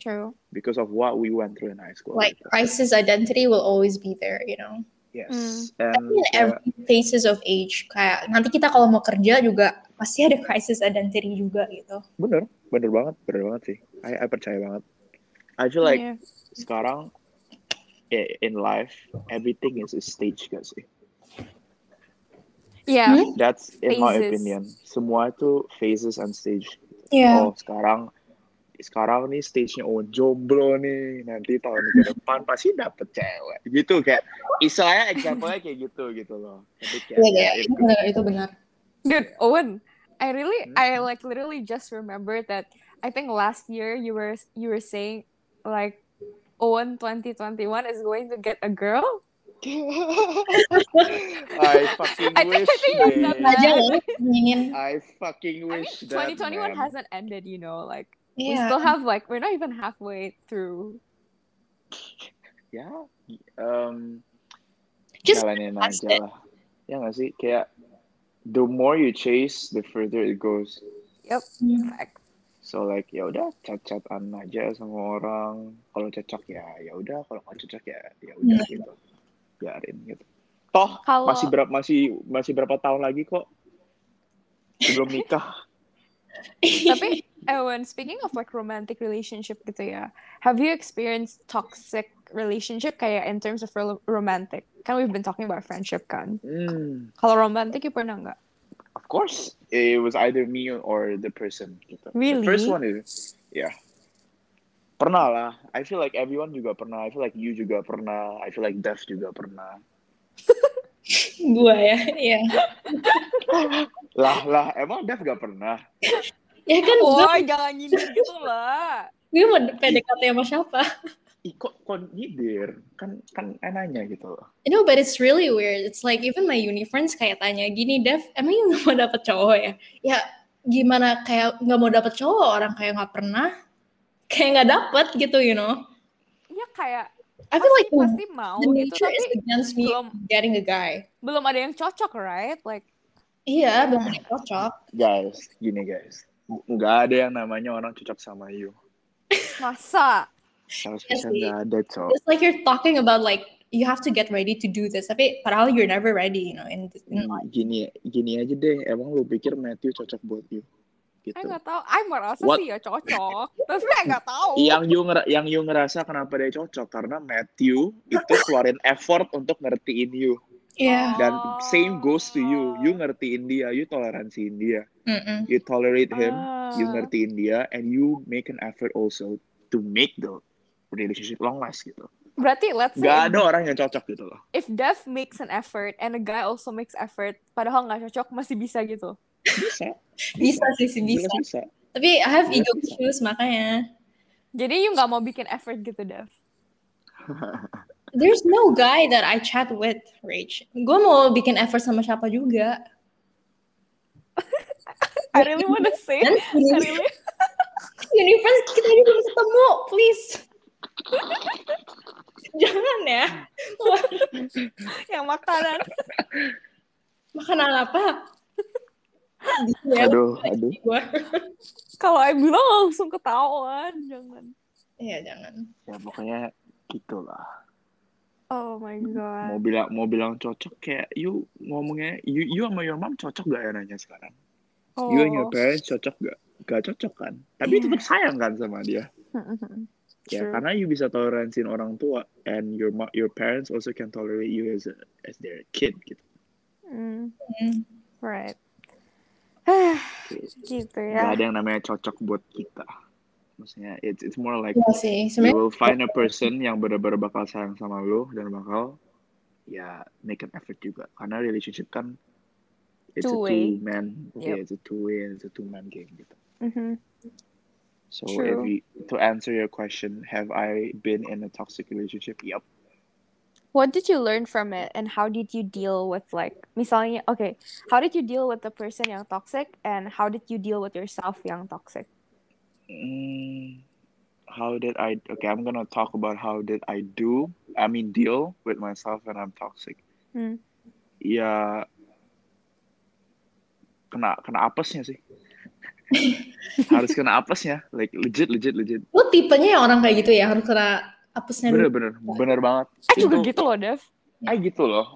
[SPEAKER 2] True.
[SPEAKER 3] because of what we went through in high school.
[SPEAKER 1] Like
[SPEAKER 3] gitu.
[SPEAKER 1] crisis identity will always be there, you know.
[SPEAKER 3] yes,
[SPEAKER 1] Tapi
[SPEAKER 2] Hmm.
[SPEAKER 3] and
[SPEAKER 1] in
[SPEAKER 3] uh, kayak-
[SPEAKER 1] every phases of age kayak nanti kita kalau mau kerja juga pasti ada crisis identity juga gitu.
[SPEAKER 3] bener bener banget bener banget sih I, I percaya banget I feel like
[SPEAKER 2] Yeah.
[SPEAKER 3] sekarang i- in life everything is a stage gak sih
[SPEAKER 2] Yeah.
[SPEAKER 1] Hmm?
[SPEAKER 3] that's in my
[SPEAKER 2] Phases.
[SPEAKER 3] opinion semua itu phases and stage
[SPEAKER 1] Iya.
[SPEAKER 3] oh sekarang sekarang nih stage-nya oh jomblo nih nanti tahun ke depan pasti dapet cewek gitu kayak istilahnya example-nya kayak gitu gitu loh tapi kayak
[SPEAKER 1] Iya, iya,
[SPEAKER 3] ya,
[SPEAKER 1] itu
[SPEAKER 3] itu-
[SPEAKER 1] benar, itu benar.
[SPEAKER 2] Dude, Owen, I really,
[SPEAKER 3] Hmm?
[SPEAKER 2] I like literally just remembered that I think last year you were you were saying like Owen 2021 is going to get a girl.
[SPEAKER 3] I fucking
[SPEAKER 2] I think- I
[SPEAKER 3] wish
[SPEAKER 2] think you said
[SPEAKER 3] man.
[SPEAKER 2] that.
[SPEAKER 1] Aja loh,
[SPEAKER 2] Ah,
[SPEAKER 1] ingin.
[SPEAKER 3] I fucking
[SPEAKER 2] I mean,
[SPEAKER 3] wish that
[SPEAKER 2] 2021
[SPEAKER 3] man.
[SPEAKER 2] hasn't ended, you know. Like we
[SPEAKER 1] Iya.
[SPEAKER 2] still have like we're not even halfway through.
[SPEAKER 3] ya um,
[SPEAKER 1] Just
[SPEAKER 3] jalanin
[SPEAKER 1] trust
[SPEAKER 3] aja lah ya nggak sih kayak the more you chase the further it goes
[SPEAKER 2] Yep.
[SPEAKER 1] Hmm.
[SPEAKER 2] Facts.
[SPEAKER 3] so like ya udah cacat-catan aja sama orang kalau cocok ya ya udah kalau nggak cocok ya ya udah gitu biarin gitu toh
[SPEAKER 2] Kalau-
[SPEAKER 3] masih berapa masih masih berapa tahun lagi kok sebelum nikah
[SPEAKER 2] Tapi Ewan, oh, speaking of like romantic relationship gitu ya, have you experienced toxic relationship kayak in terms of rel- romantic? Kan we've been talking about friendship kan.
[SPEAKER 3] hmm
[SPEAKER 2] Kalau romantic you pernah nggak?
[SPEAKER 3] of course it was either me or the person gitu.
[SPEAKER 2] Really?
[SPEAKER 3] The first one is yeah. Pernah lah. I feel like everyone juga pernah. I feel like you juga pernah. I feel like Dev juga pernah.
[SPEAKER 1] Gua ya, iya.
[SPEAKER 3] Lah lah, emang Dev gak pernah.
[SPEAKER 1] Ya kan gue,
[SPEAKER 2] Wah, jangan nyindir gitu lah.
[SPEAKER 1] gue mau PDKT sama siapa?
[SPEAKER 3] Ih, kok kok nyidir? Kan kan enaknya gitu loh.
[SPEAKER 1] You know, but it's really weird. It's like even my uni friends kayak tanya gini, Dev, emang you nggak mau dapet cowok ya? Ya gimana kayak nggak mau dapet cowok orang kayak nggak pernah, kayak nggak dapet gitu, you know?
[SPEAKER 2] Ya kayak
[SPEAKER 1] I feel like
[SPEAKER 2] pasti, pasti mau
[SPEAKER 1] the
[SPEAKER 2] gitu
[SPEAKER 1] nature is
[SPEAKER 2] tapi
[SPEAKER 1] against me
[SPEAKER 2] belum
[SPEAKER 1] getting a guy.
[SPEAKER 2] belum ada yang cocok, right? Like
[SPEAKER 1] Iya, belum ada yang cocok.
[SPEAKER 3] Guys, gini guys. Nggak ada yang namanya orang cocok sama you.
[SPEAKER 2] masa
[SPEAKER 3] Harus
[SPEAKER 1] Iya
[SPEAKER 3] bisa
[SPEAKER 1] sih.
[SPEAKER 3] nggak ada, cok.
[SPEAKER 1] It's like you're talking about like you have to get ready to do this, tapi padahal you're never ready, you know, in, in life.
[SPEAKER 3] Hmm, Gini gini aja deh. Emang lu pikir Matthew cocok buat you? Gitu.
[SPEAKER 2] I nggak tahu. I merasa
[SPEAKER 3] What?
[SPEAKER 2] sih ya cocok, tapi I nggak tahu.
[SPEAKER 3] yang you ngera- yang you ngerasa kenapa dia cocok karena Matthew itu keluarin effort untuk ngertiin you
[SPEAKER 1] Yeah.
[SPEAKER 3] dan same goes to you you ngertiin dia you toleransiin dia
[SPEAKER 1] Mm-mm.
[SPEAKER 3] you tolerate him
[SPEAKER 2] Ah.
[SPEAKER 3] you ngertiin dia and you make an effort also to make the relationship long last gitu
[SPEAKER 2] Berarti let's say
[SPEAKER 3] Gak ada orang yang cocok gitu loh
[SPEAKER 2] if Dev makes an effort and a guy also makes effort, padahal nggak cocok masih bisa gitu.
[SPEAKER 3] bisa
[SPEAKER 1] Bisa sih, sih, bisa.
[SPEAKER 3] jelas bisa
[SPEAKER 1] Tapi I have
[SPEAKER 3] Iya,
[SPEAKER 1] ego
[SPEAKER 3] bisa.
[SPEAKER 1] issues makanya.
[SPEAKER 2] Jadi you nggak mau bikin effort gitu, Dev.
[SPEAKER 1] There's no guy that I chat with, Rach. Gue mau bikin effort sama siapa juga.
[SPEAKER 2] I really wanna say,
[SPEAKER 1] Dan
[SPEAKER 2] I
[SPEAKER 1] uni-
[SPEAKER 2] really,
[SPEAKER 1] universe kita ini belum ketemu, please. Jangan ya. Wah,
[SPEAKER 2] yang makanan.
[SPEAKER 1] Makanan apa? Gitu ya,
[SPEAKER 3] aduh aduh
[SPEAKER 1] gue.
[SPEAKER 2] Kalau I bilang langsung ketahuan, jangan.
[SPEAKER 1] Iya, jangan.
[SPEAKER 3] ya pokoknya gitulah
[SPEAKER 2] Oh my god.
[SPEAKER 3] mau bilang mau bilang cocok kayak you ngomongnya you you sama your mom cocok gak ya nanya sekarang
[SPEAKER 2] Oh.
[SPEAKER 3] You and your parents cocok gak? Gak cocok kan? Tapi tetap sayang kan sama dia. Ya,
[SPEAKER 2] Hmm, True.
[SPEAKER 3] karena you bisa toleransiin orang tua and your mo- your parents also can tolerate you as a, as their kid gitu.
[SPEAKER 2] Mm,
[SPEAKER 1] Hmm.
[SPEAKER 2] right. gitu
[SPEAKER 3] Gak
[SPEAKER 2] ya.
[SPEAKER 3] ada yang namanya cocok buat kita. Maksudnya it's it's more like
[SPEAKER 1] Iya sih,
[SPEAKER 3] you
[SPEAKER 1] sebenarnya
[SPEAKER 3] will find a person yang benar-benar bakal sayang sama lu dan bakal ya make an effort juga. Karena relationship kan it's a
[SPEAKER 2] Two-way.
[SPEAKER 3] two man, yeah, it's a two way and it's a two man game gitu.
[SPEAKER 2] Mhm.
[SPEAKER 3] So
[SPEAKER 2] True.
[SPEAKER 3] if you, to answer your question, have I been in a toxic relationship? Yep.
[SPEAKER 2] What did you learn from it and how did you deal with like misalnya okay, how did you deal with the person yang toxic and how did you deal with yourself yang toxic?
[SPEAKER 3] Mm, how did I? Okay, I'm gonna talk about how did I do. I mean, deal with myself when I'm toxic.
[SPEAKER 2] Hmm.
[SPEAKER 3] Ya, kena kena apesnya sih. Harus kena apesnya. Like legit, legit, legit.
[SPEAKER 1] lu tipenya yang orang kayak gitu ya, harus kena hapusnya
[SPEAKER 3] Bener
[SPEAKER 1] dulu.
[SPEAKER 3] bener bener banget.
[SPEAKER 2] Ah juga
[SPEAKER 3] Itu-
[SPEAKER 2] gitu loh, Dev.
[SPEAKER 3] Ah gitu loh.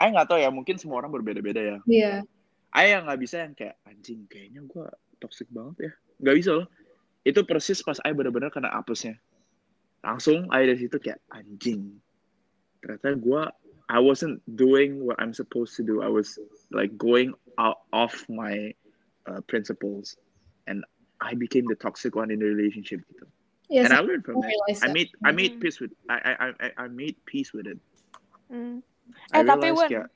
[SPEAKER 3] Ah nggak tahu ya. Mungkin semua orang berbeda-beda ya.
[SPEAKER 1] Iya.
[SPEAKER 3] Ayah Ah, yang nggak bisa yang kayak anjing kayaknya gue toxic banget ya nggak bisa loh itu persis pas Ayah bener-bener kena apesnya langsung Ayah dari situ kayak anjing ternyata gue I wasn't doing what I'm supposed to do I was like going out off my uh, principles and I became the toxic one in the relationship gitu
[SPEAKER 1] Iya
[SPEAKER 3] and
[SPEAKER 1] sih,
[SPEAKER 3] I learned from
[SPEAKER 1] gue
[SPEAKER 3] that
[SPEAKER 1] realize ya.
[SPEAKER 3] I
[SPEAKER 1] that.
[SPEAKER 3] made I made
[SPEAKER 2] Mhm.
[SPEAKER 3] peace with I I I- I, I made peace with it
[SPEAKER 2] Hmm.
[SPEAKER 3] I
[SPEAKER 2] Eh, tapi Wen,
[SPEAKER 3] realized kayak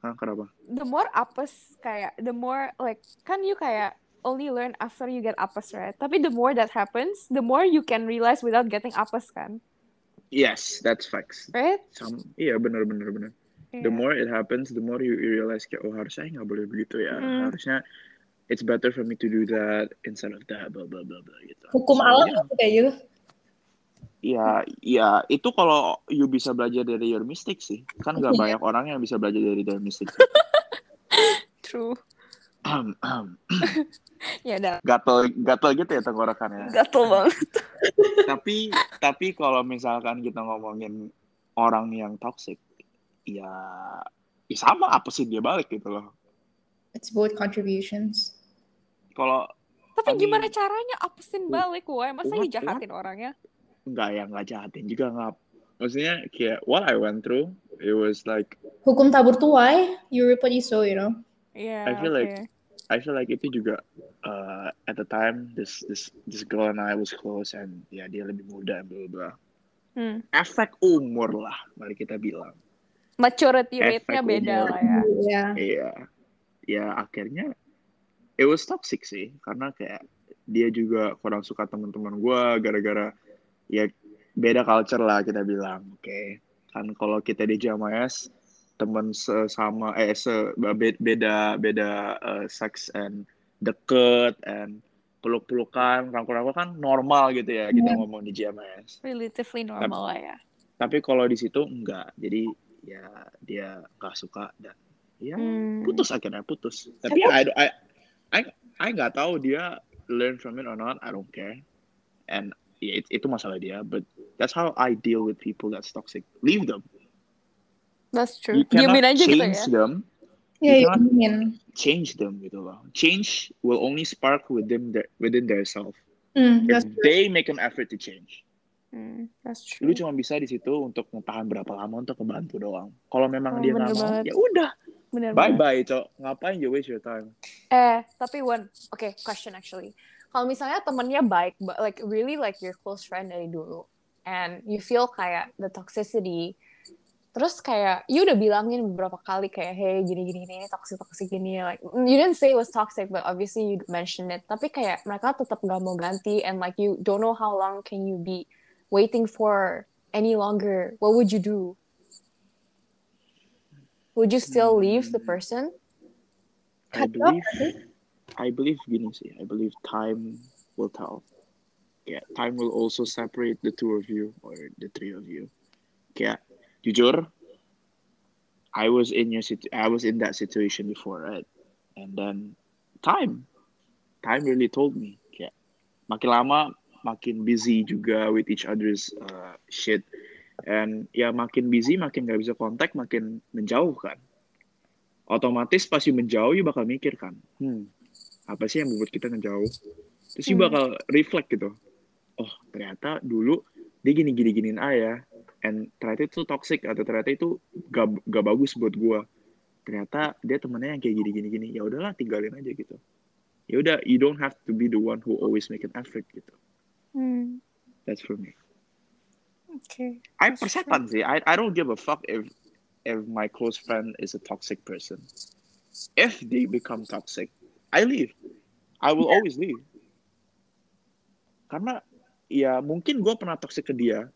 [SPEAKER 3] Hah, kenapa
[SPEAKER 2] the more apes kayak the more like kan you kayak only learn after you get apes right tapi the more that happens the more you can realize without getting apes kan
[SPEAKER 3] yes that's facts
[SPEAKER 2] right Mm.
[SPEAKER 3] Sam, iya bener bener bener.
[SPEAKER 1] Iya.
[SPEAKER 2] Yeah.
[SPEAKER 3] The more it happens, the more you, you realize kayak oh harusnya nggak boleh begitu ya.
[SPEAKER 2] Mm.
[SPEAKER 3] Harusnya it's better for me to do that instead of that blah blah blah blah gitu.
[SPEAKER 1] Hukum
[SPEAKER 3] So,
[SPEAKER 1] alam
[SPEAKER 3] yeah.
[SPEAKER 1] tuh kayak gitu.
[SPEAKER 3] Iya iya itu kalau you bisa belajar dari your mistake sih. Kan
[SPEAKER 1] Iya.
[SPEAKER 3] nggak banyak orang yang bisa belajar dari their mistake.
[SPEAKER 2] true ya udah
[SPEAKER 3] gatel gatel gitu ya tenggorokannya.
[SPEAKER 2] gatel banget
[SPEAKER 3] tapi tapi kalau misalkan kita ngomongin orang yang toxic, ya, ya sama apa sih dia balik gitu loh.
[SPEAKER 1] It's both contributions.
[SPEAKER 3] Kalau
[SPEAKER 2] tapi
[SPEAKER 3] I mean-
[SPEAKER 2] gimana caranya apesin balik woi masa
[SPEAKER 3] What-
[SPEAKER 2] dijahatin orangnya
[SPEAKER 3] nggak ya nggak jahatin juga nggak maksudnya kayak what I went through it was like
[SPEAKER 1] Hukum tabur tuai, you reap what you sow, you know.
[SPEAKER 2] Iya.
[SPEAKER 3] I feel like-
[SPEAKER 2] oke.
[SPEAKER 3] I feel like itu juga uh, at the time this this this girl and I was close and ya dia lebih muda bla bla.
[SPEAKER 2] Hmm.
[SPEAKER 3] Efek umur lah, mari kita bilang.
[SPEAKER 2] Maturity rate-nya
[SPEAKER 3] Efek
[SPEAKER 2] beda
[SPEAKER 3] umur.
[SPEAKER 2] lah ya.
[SPEAKER 1] Iya.
[SPEAKER 3] Iya. Ya akhirnya it was toxic sih karena kayak dia juga kurang suka teman-teman gua gara-gara ya beda culture lah kita bilang. Oke. Kan kalau kita di JMS teman sesama eh se be- beda beda eh, seks and deket and peluk-pelukan rangkul-rangkul kan normal gitu ya kita
[SPEAKER 1] Iya.
[SPEAKER 3] ngomong di JMS
[SPEAKER 2] Relatively normal lah ya.
[SPEAKER 3] tapi kalau di situ enggak jadi ya dia nggak suka dan ya
[SPEAKER 2] Hmm.
[SPEAKER 3] putus akhirnya putus tapi I I I I nggak tahu dia learn from it or not I don't care and ya it- itu masalah dia but that's how I deal with people that's toxic leave them
[SPEAKER 2] That's
[SPEAKER 3] you
[SPEAKER 2] true. Diamin
[SPEAKER 3] cannot
[SPEAKER 2] aja gitu
[SPEAKER 3] change
[SPEAKER 2] ya.
[SPEAKER 3] them
[SPEAKER 1] Iya,
[SPEAKER 3] You
[SPEAKER 1] iya,
[SPEAKER 3] cannot-
[SPEAKER 1] ingin.
[SPEAKER 3] change them gitu loh change will only spark within their within their self
[SPEAKER 1] Hmm,
[SPEAKER 3] if
[SPEAKER 1] that's true.
[SPEAKER 3] they make an effort to change
[SPEAKER 2] Hmm, that's
[SPEAKER 3] lu
[SPEAKER 2] true.
[SPEAKER 3] cuma bisa di situ untuk tahan berapa lama untuk membantu doang kalau
[SPEAKER 2] Oh,
[SPEAKER 3] memang dia nggak
[SPEAKER 2] bener
[SPEAKER 3] mau
[SPEAKER 2] banget.
[SPEAKER 3] ya udah
[SPEAKER 2] Bener
[SPEAKER 3] Bye
[SPEAKER 2] banget.
[SPEAKER 3] bye, cok. Ngapain you waste your time?
[SPEAKER 2] Eh, tapi one, oke, question actually. Kalau misalnya temennya baik, but like really like your close friend dari dulu, and you feel kayak the toxicity, terus kayak you udah bilangin beberapa kali kayak hey gini gini gini toxic toxic gini like you didn't say it was toxic but obviously you mentioned it tapi kayak mereka tetap gak mau ganti and like you don't know how long can you be waiting for any longer what would you do would you still leave the
[SPEAKER 3] Hmm.
[SPEAKER 2] person
[SPEAKER 3] I
[SPEAKER 1] Cut
[SPEAKER 3] believe, I believe gini sih. I believe time will tell. Yeah, time will also separate the two of you or the three of you. Kayak jujur, I was in your situ- I was in that situation before, right? And then time, time really told me. Kayak makin lama makin busy juga with each other's uh, shit. And ya makin busy, makin gak bisa kontak, makin menjauh kan. Otomatis pas you menjauh, you bakal mikir kan, hmm, apa sih yang membuat kita ngejauh? Terus you
[SPEAKER 2] Hmm.
[SPEAKER 3] bakal reflect gitu. Oh, ternyata dulu dia gini-gini-giniin A ya. And ternyata itu toxic atau ternyata itu gak, gak bagus buat gua. Ternyata dia temennya yang kayak gini-gini-gini. Ya udahlah, tinggalin aja gitu. Ya udah, you don't have to be the one who always make an effort gitu.
[SPEAKER 2] hmm,
[SPEAKER 3] That's for me.
[SPEAKER 2] oke
[SPEAKER 3] I
[SPEAKER 2] That's true.
[SPEAKER 3] persetan sih. I I don't give a fuck if if my close friend is a toxic person. If they become toxic, I leave. I will always leave. Karena ya mungkin gue pernah toxic ke dia.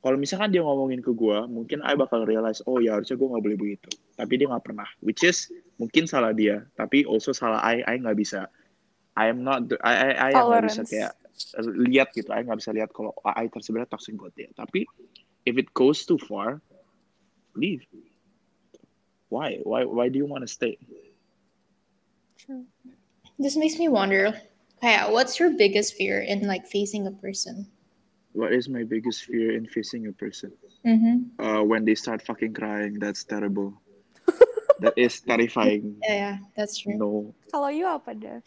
[SPEAKER 3] Kalau misalkan dia ngomongin ke gue, mungkin I bakal realize, oh ya harusnya gue nggak boleh begitu. Tapi dia nggak pernah. Which is mungkin salah dia, tapi also salah I. I nggak bisa. I am not. the- I I I yang nggak bisa
[SPEAKER 2] Tolerance.
[SPEAKER 3] kayak lihat gitu. I nggak bisa lihat kalau I tersebut toxic buat dia. Tapi if it goes too far, leave. Why? Why? Why do you want to stay?
[SPEAKER 2] True.
[SPEAKER 1] This makes me wonder, kayak, what's your biggest fear in like facing a person?
[SPEAKER 3] What is my biggest fear in facing a person?
[SPEAKER 1] Mm-hmm.
[SPEAKER 3] Uh, when they start fucking crying, that's terrible. that is terrifying.
[SPEAKER 1] Yeah, yeah, that's true.
[SPEAKER 3] No,
[SPEAKER 2] kalau you apa Dev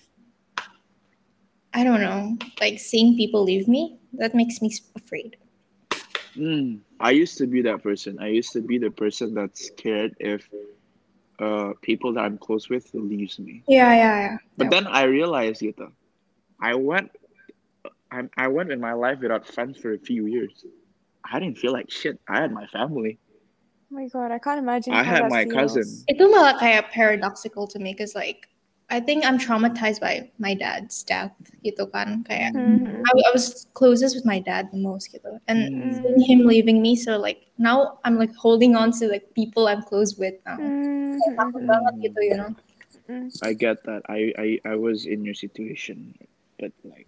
[SPEAKER 1] I don't know, like seeing people leave me, that makes me afraid.
[SPEAKER 3] Mm, I used to be that person. I used to be the person that's scared if uh, people that I'm close with leaves me.
[SPEAKER 1] Yeah, yeah, yeah.
[SPEAKER 3] But then I realized, gitu, I went, I, I went in my life without friends for a few years. I didn't feel like shit. I had my family.
[SPEAKER 2] oh my god I can't imagine
[SPEAKER 3] I
[SPEAKER 2] how
[SPEAKER 3] had
[SPEAKER 2] that
[SPEAKER 3] my
[SPEAKER 2] feels.
[SPEAKER 3] cousin.
[SPEAKER 1] Itu malah kayak paradoxical to me, cause like, I think I'm traumatized by my dad's death, gitu kan, kayak.
[SPEAKER 2] Mhm.
[SPEAKER 1] I, I was closest with my dad the most, gitu. And
[SPEAKER 3] Mm.
[SPEAKER 1] seeing him leaving me, so like now I'm like holding on to like people I'm close with now.
[SPEAKER 2] Mhm.
[SPEAKER 1] Takut banget gitu, you know.
[SPEAKER 3] I get that. I, I, I was in your situation, but like,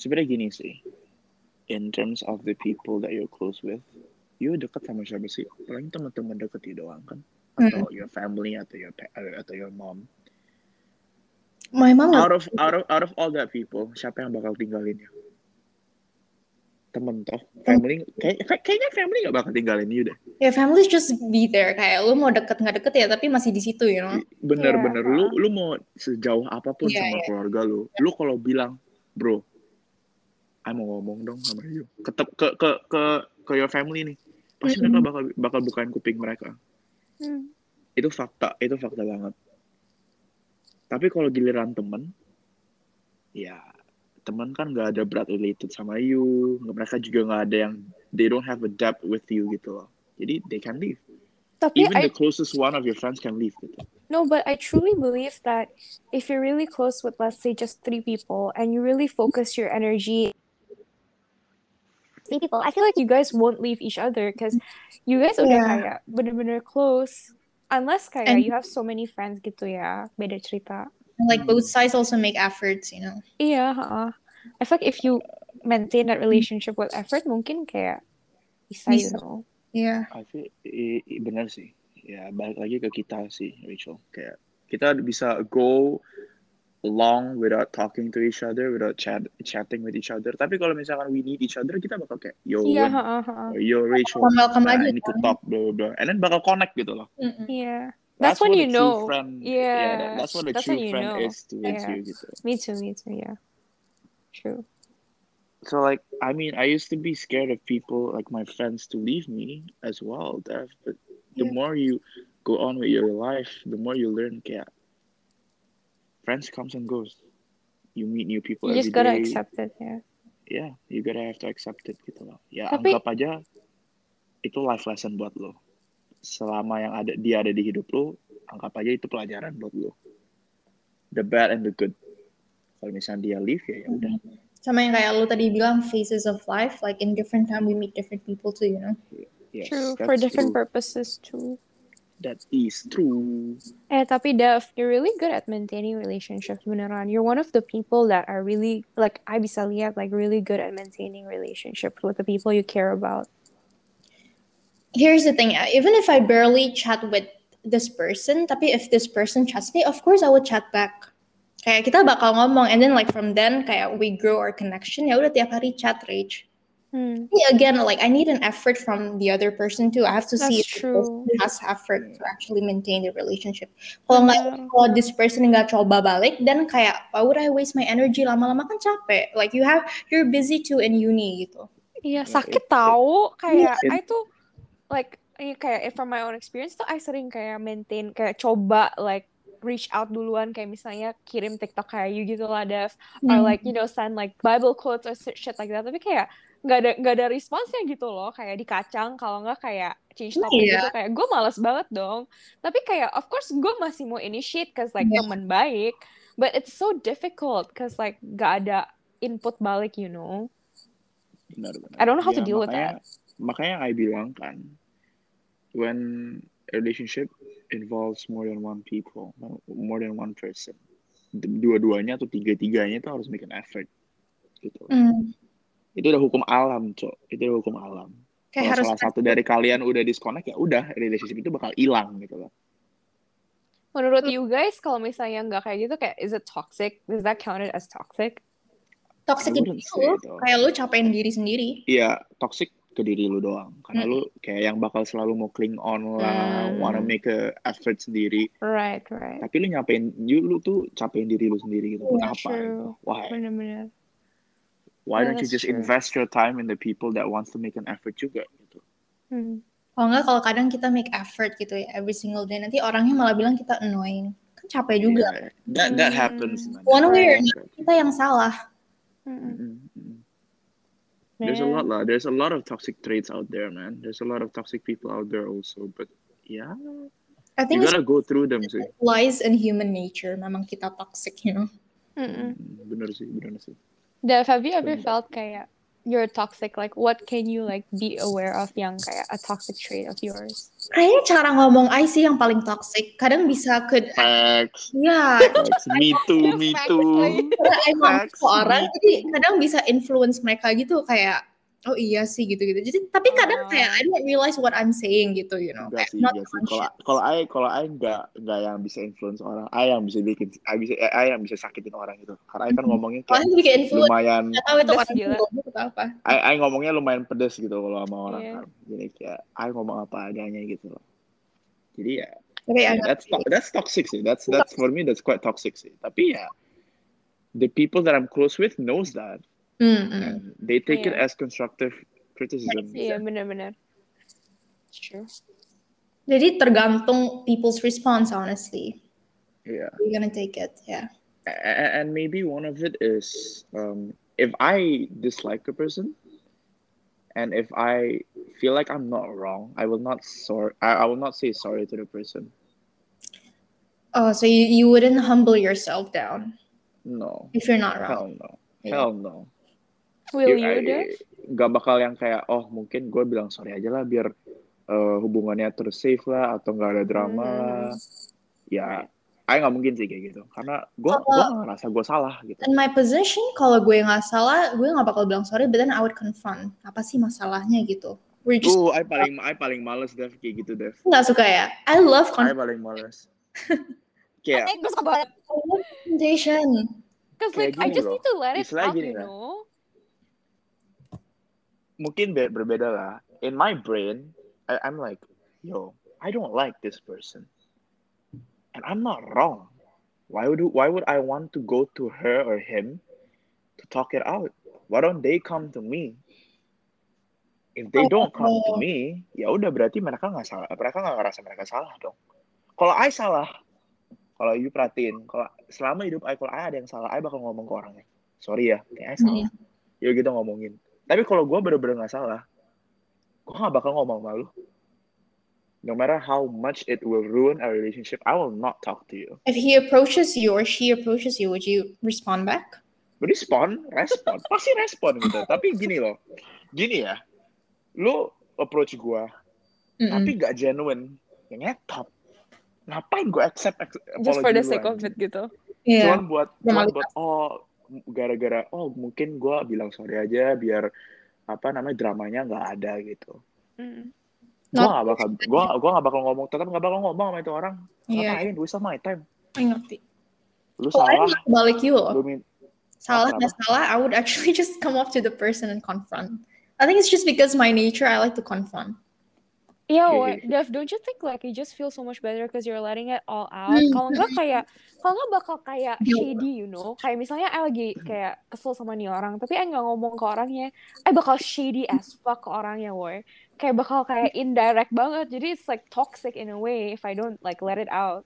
[SPEAKER 3] sebenarnya gini sih. In terms of the people that you're close with, you dekat sama siapa sih? Paling teman-teman deket you doang kan? Atau your family, atau your pa- eh, atau your mom.
[SPEAKER 1] My mom,
[SPEAKER 3] Out of out of out of all that people, siapa yang bakal tinggalin you? Temen toh, family. Kayak, kayak- kayaknya family gak bakal tinggalin you deh.
[SPEAKER 1] yeah, families just be there. Kayak lu mau deket nggak deket ya, tapi masih di situ, you know.
[SPEAKER 3] bener-bener
[SPEAKER 2] Iya.
[SPEAKER 3] lu lu mau sejauh apapun
[SPEAKER 1] Iya,
[SPEAKER 3] sama
[SPEAKER 1] iya.
[SPEAKER 3] keluarga lu lu kalau bilang bro I mau ngomong dong sama you Ketep, ke ke ke ke your family nih pasti
[SPEAKER 1] Mm-mm.
[SPEAKER 3] mereka bakal bakal bukain kuping mereka
[SPEAKER 2] Mhm.
[SPEAKER 3] itu fakta itu fakta banget Tapi kalau giliran temen, ya temen kan nggak ada berat related sama you. Mereka juga nggak ada yang they don't have a depth with you gitu loh. Jadi they can leave.
[SPEAKER 2] Tapi
[SPEAKER 3] Even
[SPEAKER 2] Iya, I
[SPEAKER 3] the closest one of your friends can leave gitu.
[SPEAKER 2] No, but I truly believe that if you're really close with, let's say, just three people, and you really focus your energy, three people, I feel like you guys won't leave each other because you guys udah
[SPEAKER 1] Yeah.
[SPEAKER 2] kayak bener-bener close. Unless kayak
[SPEAKER 1] And-
[SPEAKER 2] you have so many friends gitu ya, beda cerita.
[SPEAKER 3] Mm-hmm.
[SPEAKER 1] And, like both sides also make efforts, you know.
[SPEAKER 2] Iya, heeh. I feel like if you maintain that relationship with effort, mungkin kayak bisa, you
[SPEAKER 1] Bisa.
[SPEAKER 2] know.
[SPEAKER 1] Yeah.
[SPEAKER 3] I feel i- i- benar sih. Ya balik lagi ke kita sih, Rachel. Kayak kita bisa go long without talking to each other, without chat chatting with each other. Tapi kalau misalkan we need each other, kita bakal kayak yo,
[SPEAKER 2] Iya,
[SPEAKER 3] Wen,
[SPEAKER 2] heeh, heeh.
[SPEAKER 3] or, yo Rachel,
[SPEAKER 1] Welcome
[SPEAKER 3] nah, I
[SPEAKER 1] lagi.
[SPEAKER 3] need
[SPEAKER 2] kan?
[SPEAKER 3] to talk, blah blah blah. And then bakal connect gitu loh.
[SPEAKER 1] Mm-mm.
[SPEAKER 2] Iya. That's when
[SPEAKER 3] what a
[SPEAKER 2] you
[SPEAKER 3] true
[SPEAKER 2] know.
[SPEAKER 3] Friend,
[SPEAKER 2] Yeah,
[SPEAKER 3] that- that's what a
[SPEAKER 2] that's
[SPEAKER 3] true
[SPEAKER 2] when you
[SPEAKER 3] friend
[SPEAKER 2] know.
[SPEAKER 3] is towards
[SPEAKER 2] Yeah.
[SPEAKER 3] you gitu.
[SPEAKER 2] Me too, me too, yeah. True.
[SPEAKER 3] so like i mean i used to be scared of people like my friends to leave me as well Dev, but the
[SPEAKER 1] Yeah.
[SPEAKER 3] more you go on with your life the more you learn yeah friends comes and goes you meet new people
[SPEAKER 2] You just
[SPEAKER 3] every
[SPEAKER 2] gotta
[SPEAKER 3] day.
[SPEAKER 2] accept it, yeah.
[SPEAKER 3] yeah you gotta have to accept it gitu loh ya
[SPEAKER 2] Tapi-
[SPEAKER 3] anggap aja itu life lesson buat lo selama yang ada dia ada di hidup lo anggap aja itu pelajaran buat lo the bad and the good kalau misalnya dia leave ya ya udah
[SPEAKER 2] Mm-hmm.
[SPEAKER 1] Sama yang kayak lo tadi bilang phases of life, like in different time we meet different people too, you know.
[SPEAKER 3] yes,
[SPEAKER 2] True,
[SPEAKER 3] that's
[SPEAKER 2] for different
[SPEAKER 3] true.
[SPEAKER 2] purposes too.
[SPEAKER 3] that is true
[SPEAKER 2] Eh, tapi Dev, you're really good at maintaining relationships, beneran. You're one of the people that are really, like, I bisa lihat, like, really good at maintaining relationships with the people you care about.
[SPEAKER 1] Here's the thing, uh, even if I barely chat with this person, tapi if this person chats me, of course I will chat back. Kayak kita bakal ngomong, and then like from then kayak we grow our connection. Ya udah tiap hari chat, Rach.
[SPEAKER 2] Hmm,
[SPEAKER 1] Tapi again, like I need an effort from the other person too. I have to see
[SPEAKER 2] that's
[SPEAKER 1] if the person
[SPEAKER 2] true.
[SPEAKER 1] has effort to actually maintain the relationship. Kalau nggak, kalau this person nggak coba balik, then kayak why would I waste my energy lama-lama kan capek. Like you have, you're busy too in uni gitu.
[SPEAKER 2] Iya,
[SPEAKER 3] It-
[SPEAKER 2] sakit
[SPEAKER 3] it-
[SPEAKER 2] tahu kayak
[SPEAKER 1] Iya.
[SPEAKER 3] it-
[SPEAKER 2] I tuh like ini kayak eh, from my own experience tuh I sering kayak maintain kayak coba like reach out duluan kayak misalnya kirim TikTok kayak you gitu lah Dev
[SPEAKER 1] Hmm.
[SPEAKER 2] or like you know send like Bible quotes or shit shit like that tapi kayak nggak ada nggak ada responsnya gitu loh kayak dikacang kalau nggak kayak
[SPEAKER 1] Iya.
[SPEAKER 2] change topic gitu kayak gue malas banget dong tapi kayak of course gue masih mau initiate cause like
[SPEAKER 1] Iya.
[SPEAKER 2] teman baik but it's so difficult cause like nggak ada input balik you know
[SPEAKER 3] benar benar
[SPEAKER 2] I don't know how to
[SPEAKER 3] Ya,
[SPEAKER 2] deal with
[SPEAKER 3] makanya, makanya yang I bilang kan when a relationship involves more than one people more than one person dua-duanya atau tiga-tiganya itu harus make an effort gitu
[SPEAKER 1] Hmm.
[SPEAKER 3] itu udah hukum alam cok itu udah hukum alam
[SPEAKER 1] Kayak
[SPEAKER 3] kalau
[SPEAKER 1] harus
[SPEAKER 2] kan-
[SPEAKER 3] salah satu dari kalian udah disconnect ya udah relationship itu bakal hilang gitu loh
[SPEAKER 2] Menurut you guys, kalau misalnya nggak kayak gitu, kayak is it toxic? Is that counted as toxic?
[SPEAKER 1] toxic
[SPEAKER 3] I
[SPEAKER 1] gitu.
[SPEAKER 3] wouldn't say it, though.
[SPEAKER 1] Kayak lu capain diri sendiri.
[SPEAKER 3] Iya, toxic ke diri lu doang. Karena
[SPEAKER 1] Mm.
[SPEAKER 3] lu kayak yang bakal selalu mau cling on lah,
[SPEAKER 2] Hmm.
[SPEAKER 3] wanna make a effort sendiri.
[SPEAKER 2] Right, right.
[SPEAKER 3] Tapi lu nyapain, you, lu tuh capain diri lu sendiri gitu.
[SPEAKER 2] Iya,
[SPEAKER 3] Buat apa
[SPEAKER 2] true.
[SPEAKER 3] gitu? Why?
[SPEAKER 2] Bener-bener.
[SPEAKER 3] Why
[SPEAKER 2] Yeah,
[SPEAKER 3] don't you
[SPEAKER 2] that's
[SPEAKER 3] just
[SPEAKER 2] true.
[SPEAKER 3] invest your time in the people that wants to make an effort juga gitu.
[SPEAKER 2] Hmm.
[SPEAKER 1] Kalau nggak, kalau kadang kita make effort gitu ya every single day, nanti orangnya malah bilang kita annoying. Kan capek juga.
[SPEAKER 3] Iya, That that
[SPEAKER 2] Hmm.
[SPEAKER 3] happens man.
[SPEAKER 1] One
[SPEAKER 3] That
[SPEAKER 1] way or
[SPEAKER 3] happens.
[SPEAKER 1] Kita yang salah.
[SPEAKER 2] Mm-mm.
[SPEAKER 3] Mm-mm, mm-mm. mm, There's a
[SPEAKER 2] Man.
[SPEAKER 3] lot lah. There's a lot of toxic traits out there, man. There's a lot of toxic people out there also, but yeah,
[SPEAKER 1] I
[SPEAKER 3] you
[SPEAKER 1] think it's
[SPEAKER 3] gotta go through them
[SPEAKER 2] Mm.
[SPEAKER 3] sih.
[SPEAKER 1] lies in human nature. Memang kita toxic, you know.
[SPEAKER 2] Mm-mm.
[SPEAKER 3] Mm, Bener sih, bener sih.
[SPEAKER 2] Hmm. Dev, have you ever
[SPEAKER 3] Bener.
[SPEAKER 2] felt kayak you're toxic? Like, what can you like be aware of yang kayak a toxic trait of yours?
[SPEAKER 1] Kayaknya cara ngomong I sih yang paling toxic. Kadang bisa ke
[SPEAKER 3] Facts.
[SPEAKER 1] ya
[SPEAKER 3] Facts. Me too, me
[SPEAKER 2] Facts lagi.
[SPEAKER 3] too.
[SPEAKER 1] karena emang
[SPEAKER 3] Facts.
[SPEAKER 1] aku orang jadi kadang bisa influence mereka gitu kayak oh iya sih gitu-gitu. Jadi tapi kadang kayak I don't realize what I'm saying gitu, you know.
[SPEAKER 3] Ah. Enggak
[SPEAKER 1] Kayak
[SPEAKER 3] sih,
[SPEAKER 1] not
[SPEAKER 3] enggak sih. Kalau
[SPEAKER 1] conscious.
[SPEAKER 3] kalau I kalau I enggak enggak yang bisa influence orang, I yang bisa bikin I bisa eh, I yang bisa sakitin orang gitu. Karena I kan
[SPEAKER 1] Mhm.
[SPEAKER 3] ngomongnya
[SPEAKER 1] Soalnya
[SPEAKER 3] kayak
[SPEAKER 1] itu bikin influence.
[SPEAKER 3] lumayan
[SPEAKER 1] Nggak tahu itu
[SPEAKER 2] Pedas
[SPEAKER 1] orang
[SPEAKER 2] gila.
[SPEAKER 1] psikologi atau apa.
[SPEAKER 3] I, I ngomongnya lumayan pedes gitu kalau sama orang
[SPEAKER 2] Iya.
[SPEAKER 3] kan. Jadi kayak I ngomong apa adanya gitu loh. Jadi ya
[SPEAKER 1] Tapi ya,
[SPEAKER 3] that's to- that's toxic sih. That's that's for me that's quite toxic sih. Tapi ya the people that I'm close with knows that
[SPEAKER 1] Hmm, hmm.
[SPEAKER 3] and they take it
[SPEAKER 2] Iya.
[SPEAKER 3] as constructive criticism.
[SPEAKER 2] Iya, bener-bener. It's True.
[SPEAKER 1] Jadi tergantung people's response honestly.
[SPEAKER 3] yeah
[SPEAKER 1] you're gonna take it yeah
[SPEAKER 3] A- a- and maybe one of it is um, if I dislike a person, and if I feel like I'm not wrong, I will not sorry. I, I will not say sorry to the person.
[SPEAKER 1] oh so you, you wouldn't humble yourself down
[SPEAKER 3] No,
[SPEAKER 1] if you're not wrong
[SPEAKER 3] hell no,
[SPEAKER 1] Yeah.
[SPEAKER 3] hell no.
[SPEAKER 2] Will
[SPEAKER 3] I-
[SPEAKER 2] you do?
[SPEAKER 3] Gak bakal yang kayak oh mungkin gue bilang sorry aja lah biar eh, hubungannya terus safe lah atau nggak ada drama lah.
[SPEAKER 1] Hmm.
[SPEAKER 3] Ya, I nggak mungkin sih kayak gitu karena gue
[SPEAKER 1] Kalau-
[SPEAKER 3] gue ngerasa gue salah gitu.
[SPEAKER 1] in my position kalau gue nggak salah gue nggak bakal bilang sorry but then I would confront apa sih masalahnya gitu we're just
[SPEAKER 3] Uh, I paling I paling males Dev kayak gitu Dev.
[SPEAKER 1] nggak suka ya I love
[SPEAKER 3] I
[SPEAKER 1] confrontation
[SPEAKER 3] paling males. kayak
[SPEAKER 2] Eh, gue suka banget.
[SPEAKER 1] I love confrontation.
[SPEAKER 2] Cause
[SPEAKER 3] Kayak
[SPEAKER 2] like I
[SPEAKER 3] gini
[SPEAKER 2] just
[SPEAKER 3] loh.
[SPEAKER 2] need to let it
[SPEAKER 3] Istilahnya
[SPEAKER 2] out,
[SPEAKER 3] gini
[SPEAKER 2] you
[SPEAKER 3] lah.
[SPEAKER 2] know.
[SPEAKER 3] mungkin be- berbeda lah. In my brain, I- I'm like, yo, I don't like this person, and I'm not wrong. Why would why would I want to go to her or him to talk it out? Why don't they come to me? If they don't come to me, ya udah berarti mereka nggak salah. Mereka nggak ngerasa mereka salah dong. Kalau I salah, kalau you perhatiin, kalau selama hidup I kalau I ada yang salah, I bakal ngomong ke orangnya. Sorry ya, kayak I salah. Ya gitu ngomongin. Tapi kalau gue bener-bener nggak salah, gue nggak bakal ngomong malu. No matter how much it will ruin our relationship, I will not talk to you.
[SPEAKER 1] if he approaches you or she approaches you would you respond back
[SPEAKER 3] Respon, respon, pasti respon gitu. Tapi gini loh, gini ya, lu approach gue, tapi
[SPEAKER 2] Hmm.
[SPEAKER 1] Mm-mm.
[SPEAKER 3] gak genuine, yang ngetop. Ngapain gue accept ex-
[SPEAKER 2] Just for the
[SPEAKER 3] apology
[SPEAKER 2] sake
[SPEAKER 3] duluan?
[SPEAKER 2] of it gitu.
[SPEAKER 1] yeah
[SPEAKER 3] Cuman buat, cuman buat, oh, gara-gara, oh mungkin gue bilang sorry aja biar apa namanya dramanya nggak ada gitu.
[SPEAKER 2] Mm.
[SPEAKER 3] gue
[SPEAKER 1] Not-
[SPEAKER 3] gak bakal gue gua gak bakal ngomong tetap gak bakal ngomong sama itu orang
[SPEAKER 1] iya
[SPEAKER 3] ngapain waste of my time
[SPEAKER 1] I ngerti
[SPEAKER 3] lu
[SPEAKER 1] kalau
[SPEAKER 3] salah
[SPEAKER 1] I nggak balik you loh
[SPEAKER 3] lu min-
[SPEAKER 1] salah
[SPEAKER 3] Kenapa?
[SPEAKER 1] nggak salah I would actually just come up to the person and confront I think it's just because my nature I like to confront
[SPEAKER 2] Yeah,
[SPEAKER 3] Iya,
[SPEAKER 2] what,
[SPEAKER 3] iya.
[SPEAKER 2] Dev, don't you think like you just feel so much better because you're letting it all out?
[SPEAKER 1] Mm,
[SPEAKER 2] Kalau nggak kayak, kalau nggak bakal kayak
[SPEAKER 1] Iya.
[SPEAKER 2] shady, you know? Kayak misalnya I lagi kayak kesel sama nih orang, tapi I nggak ngomong ke orangnya, I bakal shady as fuck ke orangnya, woy. Kayak bakal kayak indirect banget, jadi it's like toxic in a way if I don't like let it out.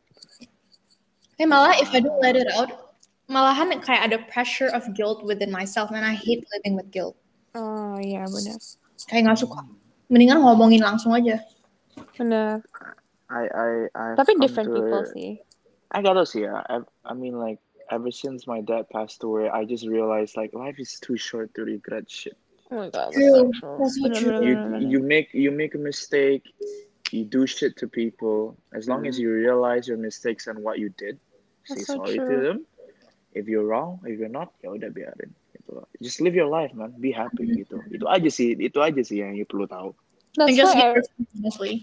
[SPEAKER 1] eh malah if I don't let it out malahan kayak ada pressure of guilt within myself and I hate living with guilt
[SPEAKER 2] Oh iya benar,
[SPEAKER 1] kayak nggak suka
[SPEAKER 3] Hmm.
[SPEAKER 1] mendingan ngomongin langsung aja
[SPEAKER 2] benar.
[SPEAKER 3] I I I
[SPEAKER 2] Tapi different people sih.
[SPEAKER 3] I gak tau sih ya I, I mean like ever since my dad passed away I just realized like life is too short to regret shit
[SPEAKER 2] Oh my god,
[SPEAKER 1] True.
[SPEAKER 2] that's so
[SPEAKER 1] That's so
[SPEAKER 2] Bener,
[SPEAKER 1] true.
[SPEAKER 2] bener,
[SPEAKER 3] you
[SPEAKER 2] bener, bener.
[SPEAKER 3] you make you make a mistake you do shit to people as long as you realize your mistakes and what you did say
[SPEAKER 2] That's so
[SPEAKER 3] sorry to
[SPEAKER 2] true.
[SPEAKER 3] them if you're wrong if you're not ya udah biarin gitu loh. just live your life man be happy gitu itu aja sih itu aja sih yang you perlu tahu
[SPEAKER 2] That's
[SPEAKER 1] and just
[SPEAKER 2] why I-
[SPEAKER 1] honestly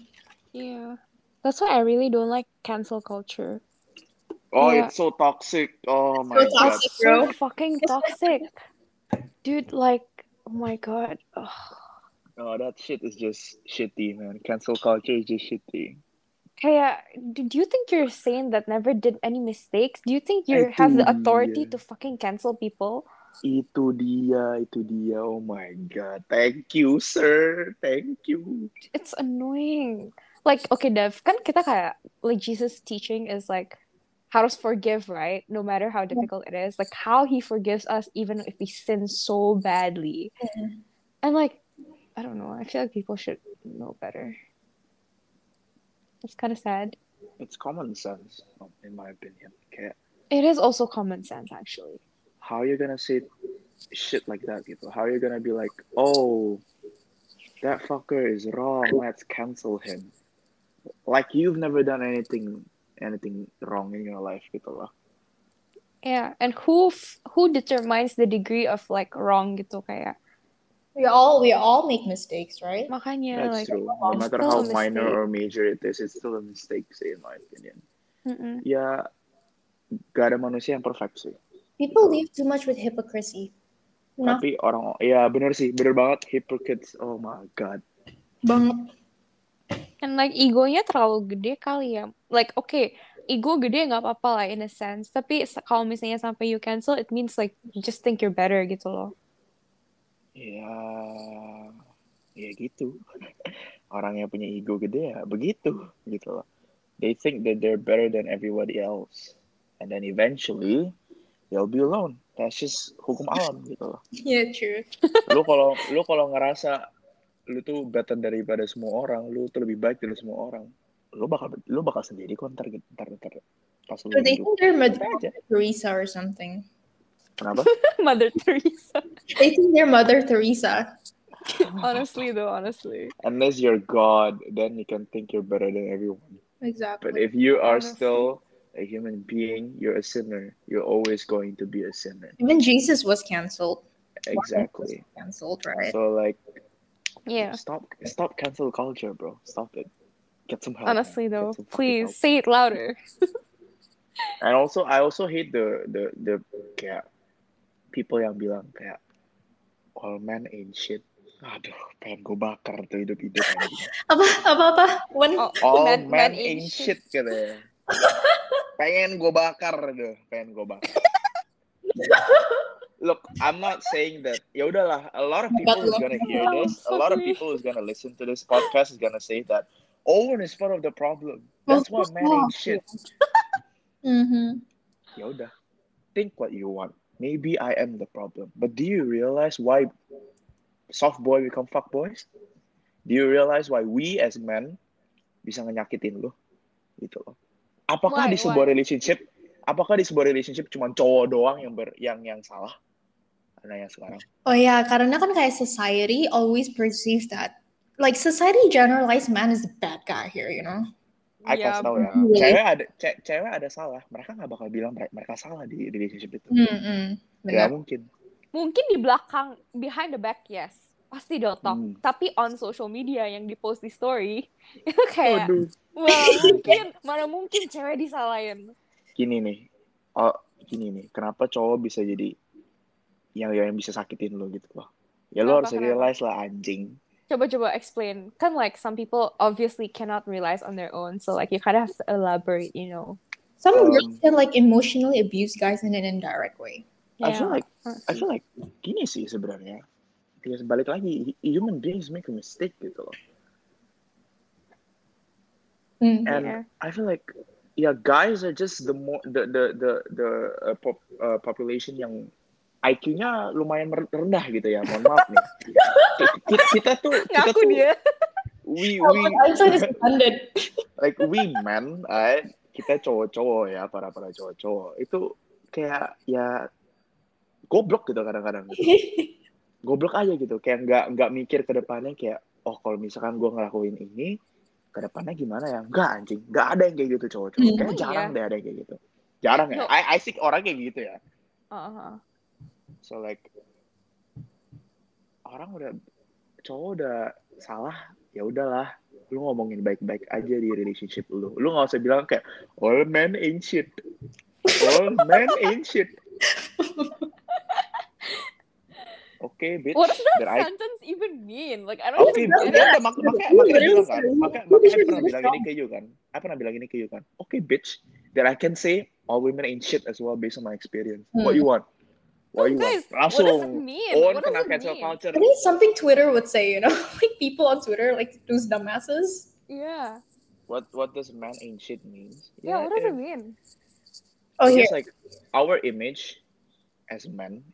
[SPEAKER 2] yeah. That's why I really don't like cancel culture.
[SPEAKER 3] Oh,
[SPEAKER 2] Yeah.
[SPEAKER 3] it's so toxic. Oh my
[SPEAKER 1] It's so
[SPEAKER 3] god.
[SPEAKER 1] toxic.
[SPEAKER 2] so
[SPEAKER 1] Bro.
[SPEAKER 2] fucking toxic. Dude, like, oh my god. Ugh.
[SPEAKER 3] No, Oh, that shit is just shitty, man. Cancel culture is just shitty.
[SPEAKER 2] Kayak, do do you think you're sane that never did any mistakes? Do you think you
[SPEAKER 3] Itu
[SPEAKER 2] have the authority
[SPEAKER 3] dia.
[SPEAKER 2] to fucking cancel people?
[SPEAKER 3] Itu dia, itu dia. Oh my god. Thank you, sir. Thank you.
[SPEAKER 2] It's annoying. Like, okay, Dev, kan kita kayak, like, Jesus' teaching is like, harus forgive, right? No matter how difficult it is. Like, how he forgives us even if we sin so badly. And like, I don't know. I feel like people should know better. It's kind of sad.
[SPEAKER 3] It's common sense, in my opinion. Okay.
[SPEAKER 2] It is also common sense, actually.
[SPEAKER 3] How you gonna say shit like that, people? How you gonna be like, oh, that fucker is wrong. Let's cancel him. Like you've never done anything, anything wrong in your life, gitu lah.
[SPEAKER 2] Yeah, and who f- who determines the degree of like wrong gitu kayak
[SPEAKER 1] we all we all make mistakes right
[SPEAKER 2] makanya
[SPEAKER 3] That's
[SPEAKER 2] like
[SPEAKER 3] true. No
[SPEAKER 2] it's
[SPEAKER 3] matter
[SPEAKER 2] still
[SPEAKER 3] how
[SPEAKER 2] a
[SPEAKER 3] minor
[SPEAKER 2] mistake.
[SPEAKER 3] or major it is, it's still a mistake, say, in my opinion.
[SPEAKER 2] mm-mm.
[SPEAKER 3] Ya, gak ada manusia yang perfect sih.
[SPEAKER 1] people live too much with hypocrisy nah
[SPEAKER 3] Tapi orang, ya bener sih, bener banget. Hypocrites, oh my god.
[SPEAKER 1] banget
[SPEAKER 2] and like egonya terlalu gede kali ya like okay ego gede nggak apa-apa lah in a sense tapi s- kalau misalnya sampai you cancel it means like you just think you're better gitu loh
[SPEAKER 3] Ya, ya gitu. Orang yang punya ego gede ya begitu, gitu loh. They think that they're better than everybody else. and then eventually you'll be alone that's just hukum alam gitu loh
[SPEAKER 1] yeah true
[SPEAKER 3] lu kalau lu kalau ngerasa lu tuh better daripada semua orang lu tuh lebih baik dari semua orang lu bakal lu bakal sendiri kok ntar ntar ntar pas lu
[SPEAKER 1] so they
[SPEAKER 3] hidup
[SPEAKER 1] think they're
[SPEAKER 3] Santai
[SPEAKER 1] Mother
[SPEAKER 3] aja
[SPEAKER 1] Teresa or something
[SPEAKER 3] kenapa
[SPEAKER 4] Mother Teresa.
[SPEAKER 1] they think they're Mother Teresa
[SPEAKER 4] honestly though, honestly.
[SPEAKER 3] unless you're God then you can think you're better than everyone but
[SPEAKER 1] exactly
[SPEAKER 3] if you are
[SPEAKER 4] Honestly.
[SPEAKER 3] still a human being you're a sinner you're always going to be a sinner
[SPEAKER 1] even Jesus was cancelled
[SPEAKER 3] exactly
[SPEAKER 1] cancelled right
[SPEAKER 3] so like
[SPEAKER 4] Yeah.
[SPEAKER 3] stop stop cancel culture bro stop it get some help man.
[SPEAKER 4] Honestly
[SPEAKER 3] Get
[SPEAKER 4] though,
[SPEAKER 3] some fucking help.
[SPEAKER 4] please say it louder.
[SPEAKER 3] And also I also hate the the the kayak people yang bilang kayak all men ain't shit. Aduh, pengen gue bakar tuh hidup-hidup. anjing.
[SPEAKER 1] apa apa apa one
[SPEAKER 4] Oh,
[SPEAKER 3] All
[SPEAKER 4] men- men
[SPEAKER 3] men, ain't
[SPEAKER 4] ain't
[SPEAKER 3] shit katanya. pengen gue bakar tuh, pengen gue bakar. Look, I'm not saying that. Ya udahlah, a lot of people
[SPEAKER 1] But
[SPEAKER 3] is
[SPEAKER 1] look.
[SPEAKER 3] gonna hear
[SPEAKER 4] Oh,
[SPEAKER 3] this. A lot of
[SPEAKER 4] sorry.
[SPEAKER 3] people is gonna listen to this podcast is gonna say that. Owen is part of the problem. That's why men ain't shit.
[SPEAKER 1] Mhm.
[SPEAKER 3] ya udah think what you want maybe I am the problem but do you realize why soft boy become fuck boys do you realize why we as men bisa ngenyakitin lo gitu loh apakah
[SPEAKER 4] Why,
[SPEAKER 3] di sebuah relationship apakah di sebuah relationship cuma cowok doang yang ber, yang yang salah karena yang sekarang
[SPEAKER 1] oh yeah karena kan kayak society always perceives that like society generalized man is the bad guy here you know
[SPEAKER 3] I
[SPEAKER 4] Iya,
[SPEAKER 3] kasih tau ya
[SPEAKER 1] bener.
[SPEAKER 3] cewek ada ce- cewek ada salah mereka nggak bakal bilang mereka, mereka salah di di relationship itu
[SPEAKER 4] Hmm,
[SPEAKER 1] Mm-mm.
[SPEAKER 3] ya
[SPEAKER 1] benar
[SPEAKER 3] mungkin
[SPEAKER 4] Mungkin di belakang, behind the back, yes. Pasti they'll talk.
[SPEAKER 3] Hmm.
[SPEAKER 4] Tapi on social media yang di-post di story, itu kayak,
[SPEAKER 3] Aduh.
[SPEAKER 4] wah mungkin, mana mungkin cewek disalahin.
[SPEAKER 3] gini nih oh gini nih kenapa cowok bisa jadi yang yang bisa sakitin lo gitu loh ya
[SPEAKER 4] Kenapa,
[SPEAKER 3] lo harus
[SPEAKER 4] kenapa?
[SPEAKER 3] realize lah anjing
[SPEAKER 4] Coba coba explain. Kan like some people obviously cannot realize on their own, so like you kind of have to elaborate, you know.
[SPEAKER 1] some
[SPEAKER 3] Um,
[SPEAKER 1] girls can like emotionally abuse guys in an indirect way
[SPEAKER 4] Iya.
[SPEAKER 3] I feel like
[SPEAKER 4] Hmm.
[SPEAKER 3] I feel like gini sih sebenarnya ya balik lagi human beings make a mistake gitu loh
[SPEAKER 1] Mm.
[SPEAKER 3] and
[SPEAKER 4] Yeah.
[SPEAKER 3] I feel like yeah guys are just the more the the the the uh, pop, uh, population yang IQ-nya lumayan mer- rendah gitu ya mohon maaf nih kita, kita tuh kita
[SPEAKER 4] Ngaku
[SPEAKER 3] tuh
[SPEAKER 4] dia.
[SPEAKER 3] we
[SPEAKER 1] Oh,
[SPEAKER 3] we
[SPEAKER 1] but outside is London.
[SPEAKER 3] like we men, eh, kita cowok-cowok ya, para para cowok-cowok itu kayak ya goblok gitu kadang-kadang. gitu. Goblok aja gitu, kayak nggak nggak mikir ke depannya kayak oh kalau misalkan gue ngelakuin ini ke depannya gimana ya? Nggak anjing, nggak ada yang kayak gitu cowok-cowok.
[SPEAKER 1] Hmm.
[SPEAKER 3] Kayaknya
[SPEAKER 4] Oh,
[SPEAKER 3] jarang
[SPEAKER 4] iya.
[SPEAKER 3] deh ada yang kayak gitu. Jarang ya.
[SPEAKER 4] No.
[SPEAKER 3] I, I think orang kayak gitu ya.
[SPEAKER 4] Uh-huh.
[SPEAKER 3] So like orang udah cowok udah salah ya udahlah lu ngomongin baik-baik aja di relationship lu lu nggak usah bilang kayak all men ain't shit all men ain't shit oke bitch
[SPEAKER 4] What does that
[SPEAKER 3] Then I-
[SPEAKER 4] sentence even mean? Like I don't
[SPEAKER 3] Oke,
[SPEAKER 4] even get
[SPEAKER 3] dia
[SPEAKER 4] it.
[SPEAKER 3] udah mak- makanya makanya dia bilang kan, makanya makanya dia pernah bilang ini ke you kan, aku pernah bilang ini ke you kan, oke bitch, that I can say all women ain't shit as well based on my experience. What you want? What you
[SPEAKER 4] Hmm. Guys, what does it
[SPEAKER 3] want? Langsung,
[SPEAKER 4] mean?
[SPEAKER 3] on
[SPEAKER 4] What does
[SPEAKER 3] kena
[SPEAKER 4] it
[SPEAKER 3] cancel
[SPEAKER 4] Iya, mean?
[SPEAKER 3] culture.
[SPEAKER 1] I think it's something Twitter would say, you know, like people on Twitter, like those dumbasses.
[SPEAKER 4] Yeah.
[SPEAKER 3] What what does man ain't shit means?
[SPEAKER 4] Yeah, what does it Ya,
[SPEAKER 3] it
[SPEAKER 4] mean?
[SPEAKER 1] Oh,
[SPEAKER 3] It's
[SPEAKER 1] here.
[SPEAKER 3] just like our image as men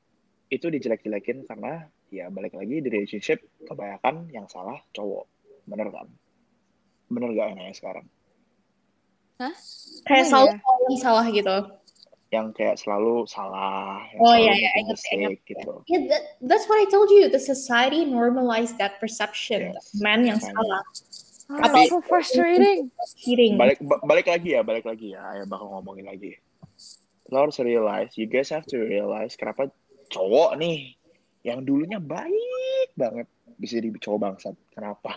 [SPEAKER 3] itu dijelek-jelekin karena ya balik lagi di relationship kebanyakan yang salah cowok. Bener kan? Bener gak enaknya sekarang?
[SPEAKER 4] Huh? Oh,
[SPEAKER 1] Kayak salah,
[SPEAKER 4] iya.
[SPEAKER 1] yang salah gitu.
[SPEAKER 3] Yang kayak selalu salah, yang
[SPEAKER 1] Oh,
[SPEAKER 3] selalu
[SPEAKER 1] iya, iya,
[SPEAKER 3] making
[SPEAKER 1] I ngerti, I
[SPEAKER 3] mistake gitu.
[SPEAKER 1] Yeah, that, that's what I told you. The society normalized that perception.
[SPEAKER 3] Yes.
[SPEAKER 1] Man yang
[SPEAKER 3] Makanya.
[SPEAKER 1] salah.
[SPEAKER 4] Oh,
[SPEAKER 3] Tapi-
[SPEAKER 4] that's so frustrating.
[SPEAKER 1] Cheating.
[SPEAKER 3] Balik ba- balik lagi ya, balik lagi ya. Ayo bakal ngomongin lagi. Lo harus realize, you guys have to realize kenapa cowok nih yang dulunya baik banget bisa jadi cowok bangsat. Kenapa?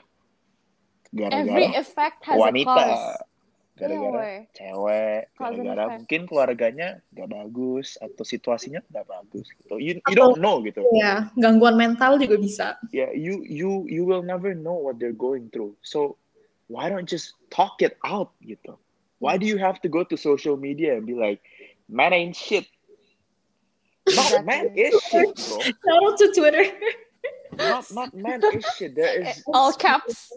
[SPEAKER 4] Every
[SPEAKER 3] Gara-gara
[SPEAKER 4] effect has a
[SPEAKER 3] Oh wanita.
[SPEAKER 4] cause. Yeah,
[SPEAKER 3] Gara-gara
[SPEAKER 4] way.
[SPEAKER 3] cewek
[SPEAKER 4] Cause and
[SPEAKER 3] gara-gara
[SPEAKER 4] effect.
[SPEAKER 3] mungkin keluarganya nggak bagus atau situasinya nggak bagus gitu you, you
[SPEAKER 1] Atau-
[SPEAKER 3] don't know gitu
[SPEAKER 1] Ya, gangguan mental juga bisa.
[SPEAKER 3] yeah you you you will never know what they're going through so why don't just talk it out gitu why do you have to go to social media and be like man ain't shit no
[SPEAKER 4] Exactly.
[SPEAKER 3] man is shit bro
[SPEAKER 1] Shout out to Twitter.
[SPEAKER 3] not not man is shit there is
[SPEAKER 4] All caps.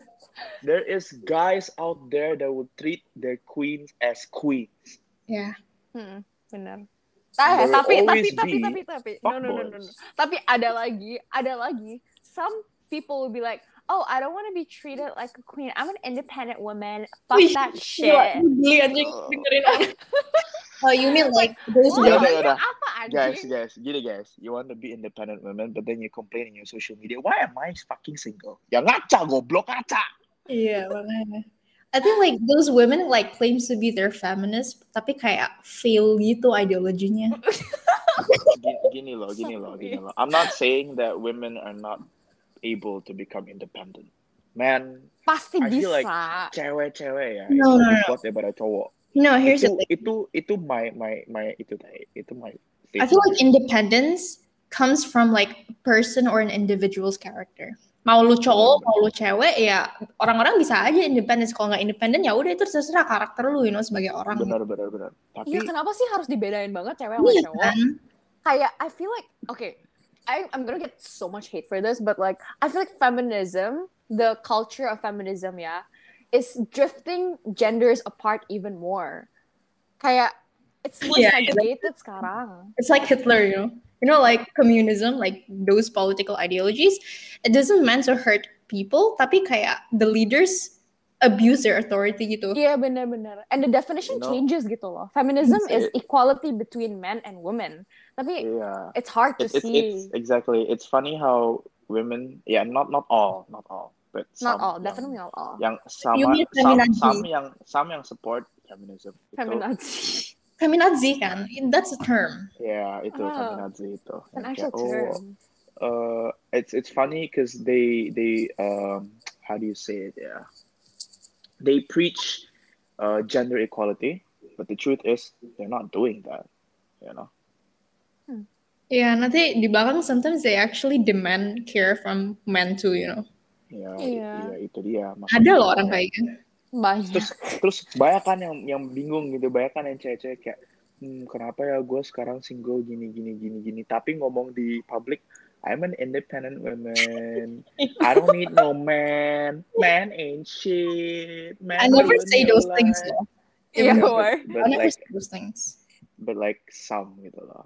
[SPEAKER 3] there is guys out there that would treat their queens as queens
[SPEAKER 1] Yeah.
[SPEAKER 4] Hmm.
[SPEAKER 2] benar.
[SPEAKER 4] Ta- tapi
[SPEAKER 3] There will
[SPEAKER 4] tapi
[SPEAKER 3] always
[SPEAKER 4] tapi
[SPEAKER 3] be
[SPEAKER 4] tapi tapi no no no no no.
[SPEAKER 3] fuckboys.
[SPEAKER 4] Tapi ada lagi, ada lagi. Some people will be like, "Oh, I don't want to be treated like a queen. I'm an independent woman. Fuck
[SPEAKER 1] Wih,
[SPEAKER 4] that shit."
[SPEAKER 1] Gila, geli anjing dengerin orang. Oh, you mean like those
[SPEAKER 4] Wah,
[SPEAKER 3] Yaudah,
[SPEAKER 1] girls-
[SPEAKER 4] itu
[SPEAKER 3] yaudah.
[SPEAKER 4] apa
[SPEAKER 3] Guys,
[SPEAKER 4] anjing?
[SPEAKER 3] guys, gini guys. You want to be independent women, but then you complain in your social media. Why am I fucking single? Ya ngaca, goblok ngaca.
[SPEAKER 1] Iya, makanya. eh. I think like those women like claims to be their feminist, tapi kayak fail gitu ideologinya.
[SPEAKER 3] Gini, gini loh, gini loh, gini loh. I'm not saying that women are not able to become independent. Man,
[SPEAKER 4] Pasti
[SPEAKER 3] I feel
[SPEAKER 4] bisa.
[SPEAKER 3] like cewek-cewek ya.
[SPEAKER 1] No, no,
[SPEAKER 3] lebih
[SPEAKER 1] no.
[SPEAKER 3] kuat daripada cowok.
[SPEAKER 1] No, here's the
[SPEAKER 3] Itu,
[SPEAKER 1] thing.
[SPEAKER 3] itu, itu my, my, my, itu tai. Itu my.
[SPEAKER 1] I feel like independence comes from like a person or an individual's character. Mau lu cowok, mau lu cewek, ya orang-orang bisa aja independence. Kalau nggak independen ya udah itu terserah karakter lu, you know, sebagai orang.
[SPEAKER 3] benar, benar, benar. Tapi
[SPEAKER 2] Iya, kenapa sih harus dibedain banget cewek sama
[SPEAKER 1] Iya
[SPEAKER 2] cowok?
[SPEAKER 1] kan?
[SPEAKER 2] kayak I feel like okay, I I'm gonna get so much hate for this, but like I feel like feminism, the culture of feminism, yeah, is drifting genders apart even more. Kayak it's more
[SPEAKER 1] Yeah, yeah.
[SPEAKER 2] segregated sekarang.
[SPEAKER 1] It's like Hitler, you know. You know, like communism, like those political ideologies, it doesn't meant to hurt people, tapi kayak the leaders abuse their authority gitu.
[SPEAKER 2] Iya benar-benar. And the definition
[SPEAKER 3] No.
[SPEAKER 2] changes gitu loh. Feminism is
[SPEAKER 3] It's-
[SPEAKER 2] equality between men and women. Tapi
[SPEAKER 3] yeah.
[SPEAKER 2] it's hard to
[SPEAKER 3] iya. It- it's, it's
[SPEAKER 2] see.
[SPEAKER 3] exactly. It's funny how women, yeah, not not all, not all, but
[SPEAKER 2] Not
[SPEAKER 3] some
[SPEAKER 2] all,
[SPEAKER 3] yang-
[SPEAKER 2] definitely not all.
[SPEAKER 3] Yang sama,
[SPEAKER 1] You mean
[SPEAKER 3] some,
[SPEAKER 1] feminazi.
[SPEAKER 3] some yang some yang support feminism. Itu,
[SPEAKER 2] Feminazi.
[SPEAKER 1] Feminazi kan, that's a term.
[SPEAKER 3] Yeah, itu
[SPEAKER 2] Ah.
[SPEAKER 3] feminazi itu.
[SPEAKER 2] It's an actual
[SPEAKER 3] Yang kayak, oh,
[SPEAKER 2] term.
[SPEAKER 3] uh, it's it's funny because they they um how do you say it? Yeah, they preach uh, gender equality, but the truth is they're not doing that. You know.
[SPEAKER 1] Ya, nanti di belakang sometimes they actually demand care from men too, you know.
[SPEAKER 3] Ya, i-
[SPEAKER 2] Iya.
[SPEAKER 3] iya, itu dia.
[SPEAKER 1] Ada
[SPEAKER 3] makanya.
[SPEAKER 1] loh orang kayak gitu.
[SPEAKER 2] Banyak.
[SPEAKER 3] terus terus banyak kan yang yang bingung gitu banyak kan yang cewek-cewek kayak hmm, kenapa ya gue sekarang single gini gini gini gini tapi ngomong di public I'm an independent woman. I don't need no man. Man ain't shit. Man
[SPEAKER 1] I never
[SPEAKER 3] ruin
[SPEAKER 1] say
[SPEAKER 3] your
[SPEAKER 1] those things
[SPEAKER 3] life."
[SPEAKER 1] loh.
[SPEAKER 2] Iya,
[SPEAKER 3] Yeah, but-
[SPEAKER 2] or-
[SPEAKER 1] I
[SPEAKER 3] but,
[SPEAKER 1] never
[SPEAKER 3] like
[SPEAKER 1] say those things.
[SPEAKER 3] but like some gitu loh.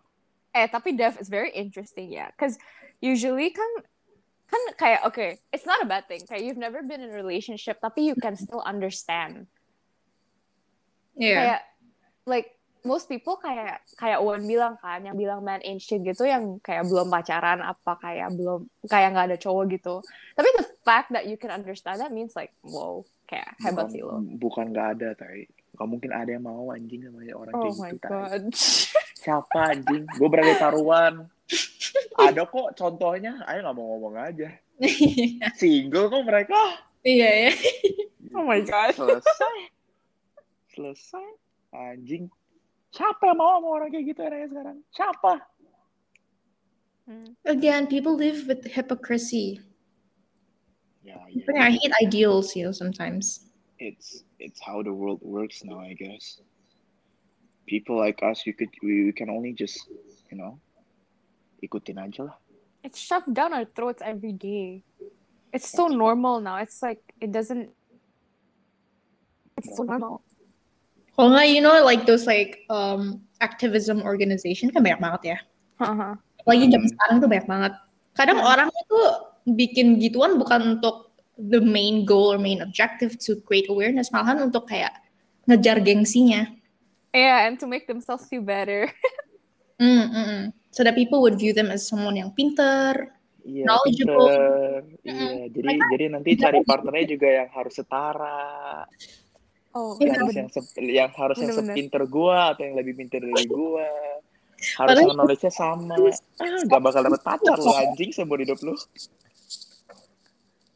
[SPEAKER 2] Eh, tapi Dev is very interesting ya. Cause usually kan kan kayak okay, it's not a bad thing. Kayak you've never been in a relationship tapi you can still understand.
[SPEAKER 1] Yeah.
[SPEAKER 2] Kayak like most people kayak kayak Owen bilang kan yang bilang man ain't shit gitu yang kayak belum pacaran apa kayak belum kayak nggak ada cowok gitu. Tapi the fact that you can understand that means like wow, kayak hebat
[SPEAKER 3] Bukan-
[SPEAKER 2] sih lo.
[SPEAKER 3] Bukan nggak ada tapi nggak mungkin ada yang mau anjing sama orang
[SPEAKER 2] Oh
[SPEAKER 3] kayak
[SPEAKER 2] my
[SPEAKER 3] gitu. tai.
[SPEAKER 2] god.
[SPEAKER 3] Siapa anjing? Gue berani taruhan. Ada kok contohnya. Ayo nggak mau ngomong aja. single kok mereka
[SPEAKER 1] Iya ya.
[SPEAKER 2] oh my god.
[SPEAKER 3] selesai selesai anjing siapa yang mau sama orang kayak gitu enaknya sekarang siapa
[SPEAKER 1] Again, people live with hypocrisy.
[SPEAKER 3] ya
[SPEAKER 1] But I hate ideals, you know, sometimes.
[SPEAKER 3] it's it's how the world works now I guess people like us you could we, we can only just you know ikutin aja lah
[SPEAKER 2] it's shoved down our throats every day. It's so normal now. It's like it doesn't. It's so normal.
[SPEAKER 1] Kalau nggak, you know, like those like um, activism organization kan banyak banget ya.
[SPEAKER 2] Uh-huh.
[SPEAKER 1] Lagi jam
[SPEAKER 3] Hmm.
[SPEAKER 1] sekarang tuh banyak banget. Kadang orang itu bikin gituan bukan untuk the main goal or main objective to create awareness, malahan untuk kayak ngejar gengsinya.
[SPEAKER 2] Yeah, and to make themselves feel better.
[SPEAKER 1] Mm, mm, mm. So that people would view them as someone yang pinter.
[SPEAKER 3] Iya,
[SPEAKER 1] Knowledgeable.
[SPEAKER 3] pinter.
[SPEAKER 1] Mm-mm.
[SPEAKER 3] Iya, jadi jadi nanti cari partnernya juga yang harus setara,
[SPEAKER 2] Oh,
[SPEAKER 1] Iya.
[SPEAKER 3] yang harus yang, se- yang harus yang
[SPEAKER 2] Bener-bener.
[SPEAKER 3] sepinter gua atau yang lebih pinter dari gua. Harus
[SPEAKER 1] Padahal-
[SPEAKER 3] knowledge-nya sama. Ah, gak bakal dapet pacar lu anjing seumur hidup lu.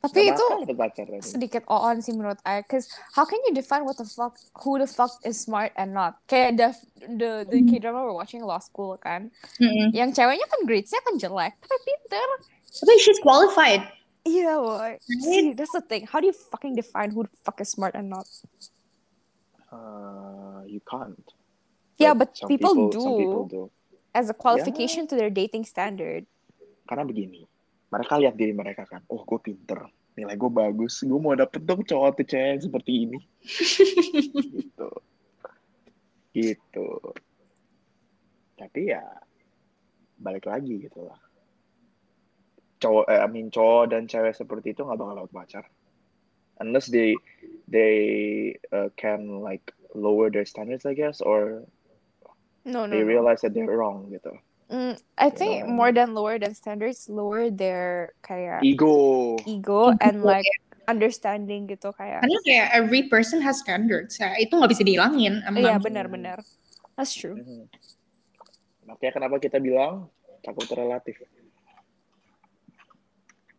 [SPEAKER 2] tapi
[SPEAKER 3] Gak
[SPEAKER 2] itu
[SPEAKER 3] bakal dapet pacar. anjing.
[SPEAKER 2] sedikit on sih menurut I. Cause how can you define what the fuck, who the fuck is smart and not? Kayak the the the
[SPEAKER 1] Hmm.
[SPEAKER 2] K drama we're watching Law School kan.
[SPEAKER 1] Mm-mm.
[SPEAKER 2] Yang ceweknya kan gradesnya kan jelek, tapi pinter.
[SPEAKER 1] Tapi she's qualified.
[SPEAKER 2] Iya, boy. See, that's the thing. How do you fucking define who the fuck is smart and not?
[SPEAKER 3] Uh, you can't.
[SPEAKER 2] Yeah, Ya, but
[SPEAKER 3] some
[SPEAKER 2] people
[SPEAKER 3] Some
[SPEAKER 2] do.
[SPEAKER 3] people do.
[SPEAKER 2] as a qualification to their dating standard.
[SPEAKER 3] Karena begini, mereka lihat diri mereka kan, oh gue pinter, nilai gue bagus, gue mau dapet dong cowok atau cewek yang seperti ini. gitu. Gitu. tapi ya balik lagi gitu lah cowok eh, I mean cowok dan cewek seperti itu nggak bakal dapat pacar unless they they uh, can like lower their standards I guess or
[SPEAKER 2] No, no.
[SPEAKER 3] they
[SPEAKER 2] no.
[SPEAKER 3] realize that they're wrong gitu
[SPEAKER 2] Mm, I
[SPEAKER 3] know
[SPEAKER 2] think
[SPEAKER 3] what I
[SPEAKER 2] more than lower than standards, lower their kayak
[SPEAKER 3] E- ego
[SPEAKER 2] ego and
[SPEAKER 1] Ego,
[SPEAKER 2] like understanding gitu kayak.
[SPEAKER 1] karena kayak every person has standards ya itu nggak bisa dihilangin emang
[SPEAKER 2] Iya benar-benar. That's true.
[SPEAKER 3] Mhm. makanya kenapa kita bilang takut relatif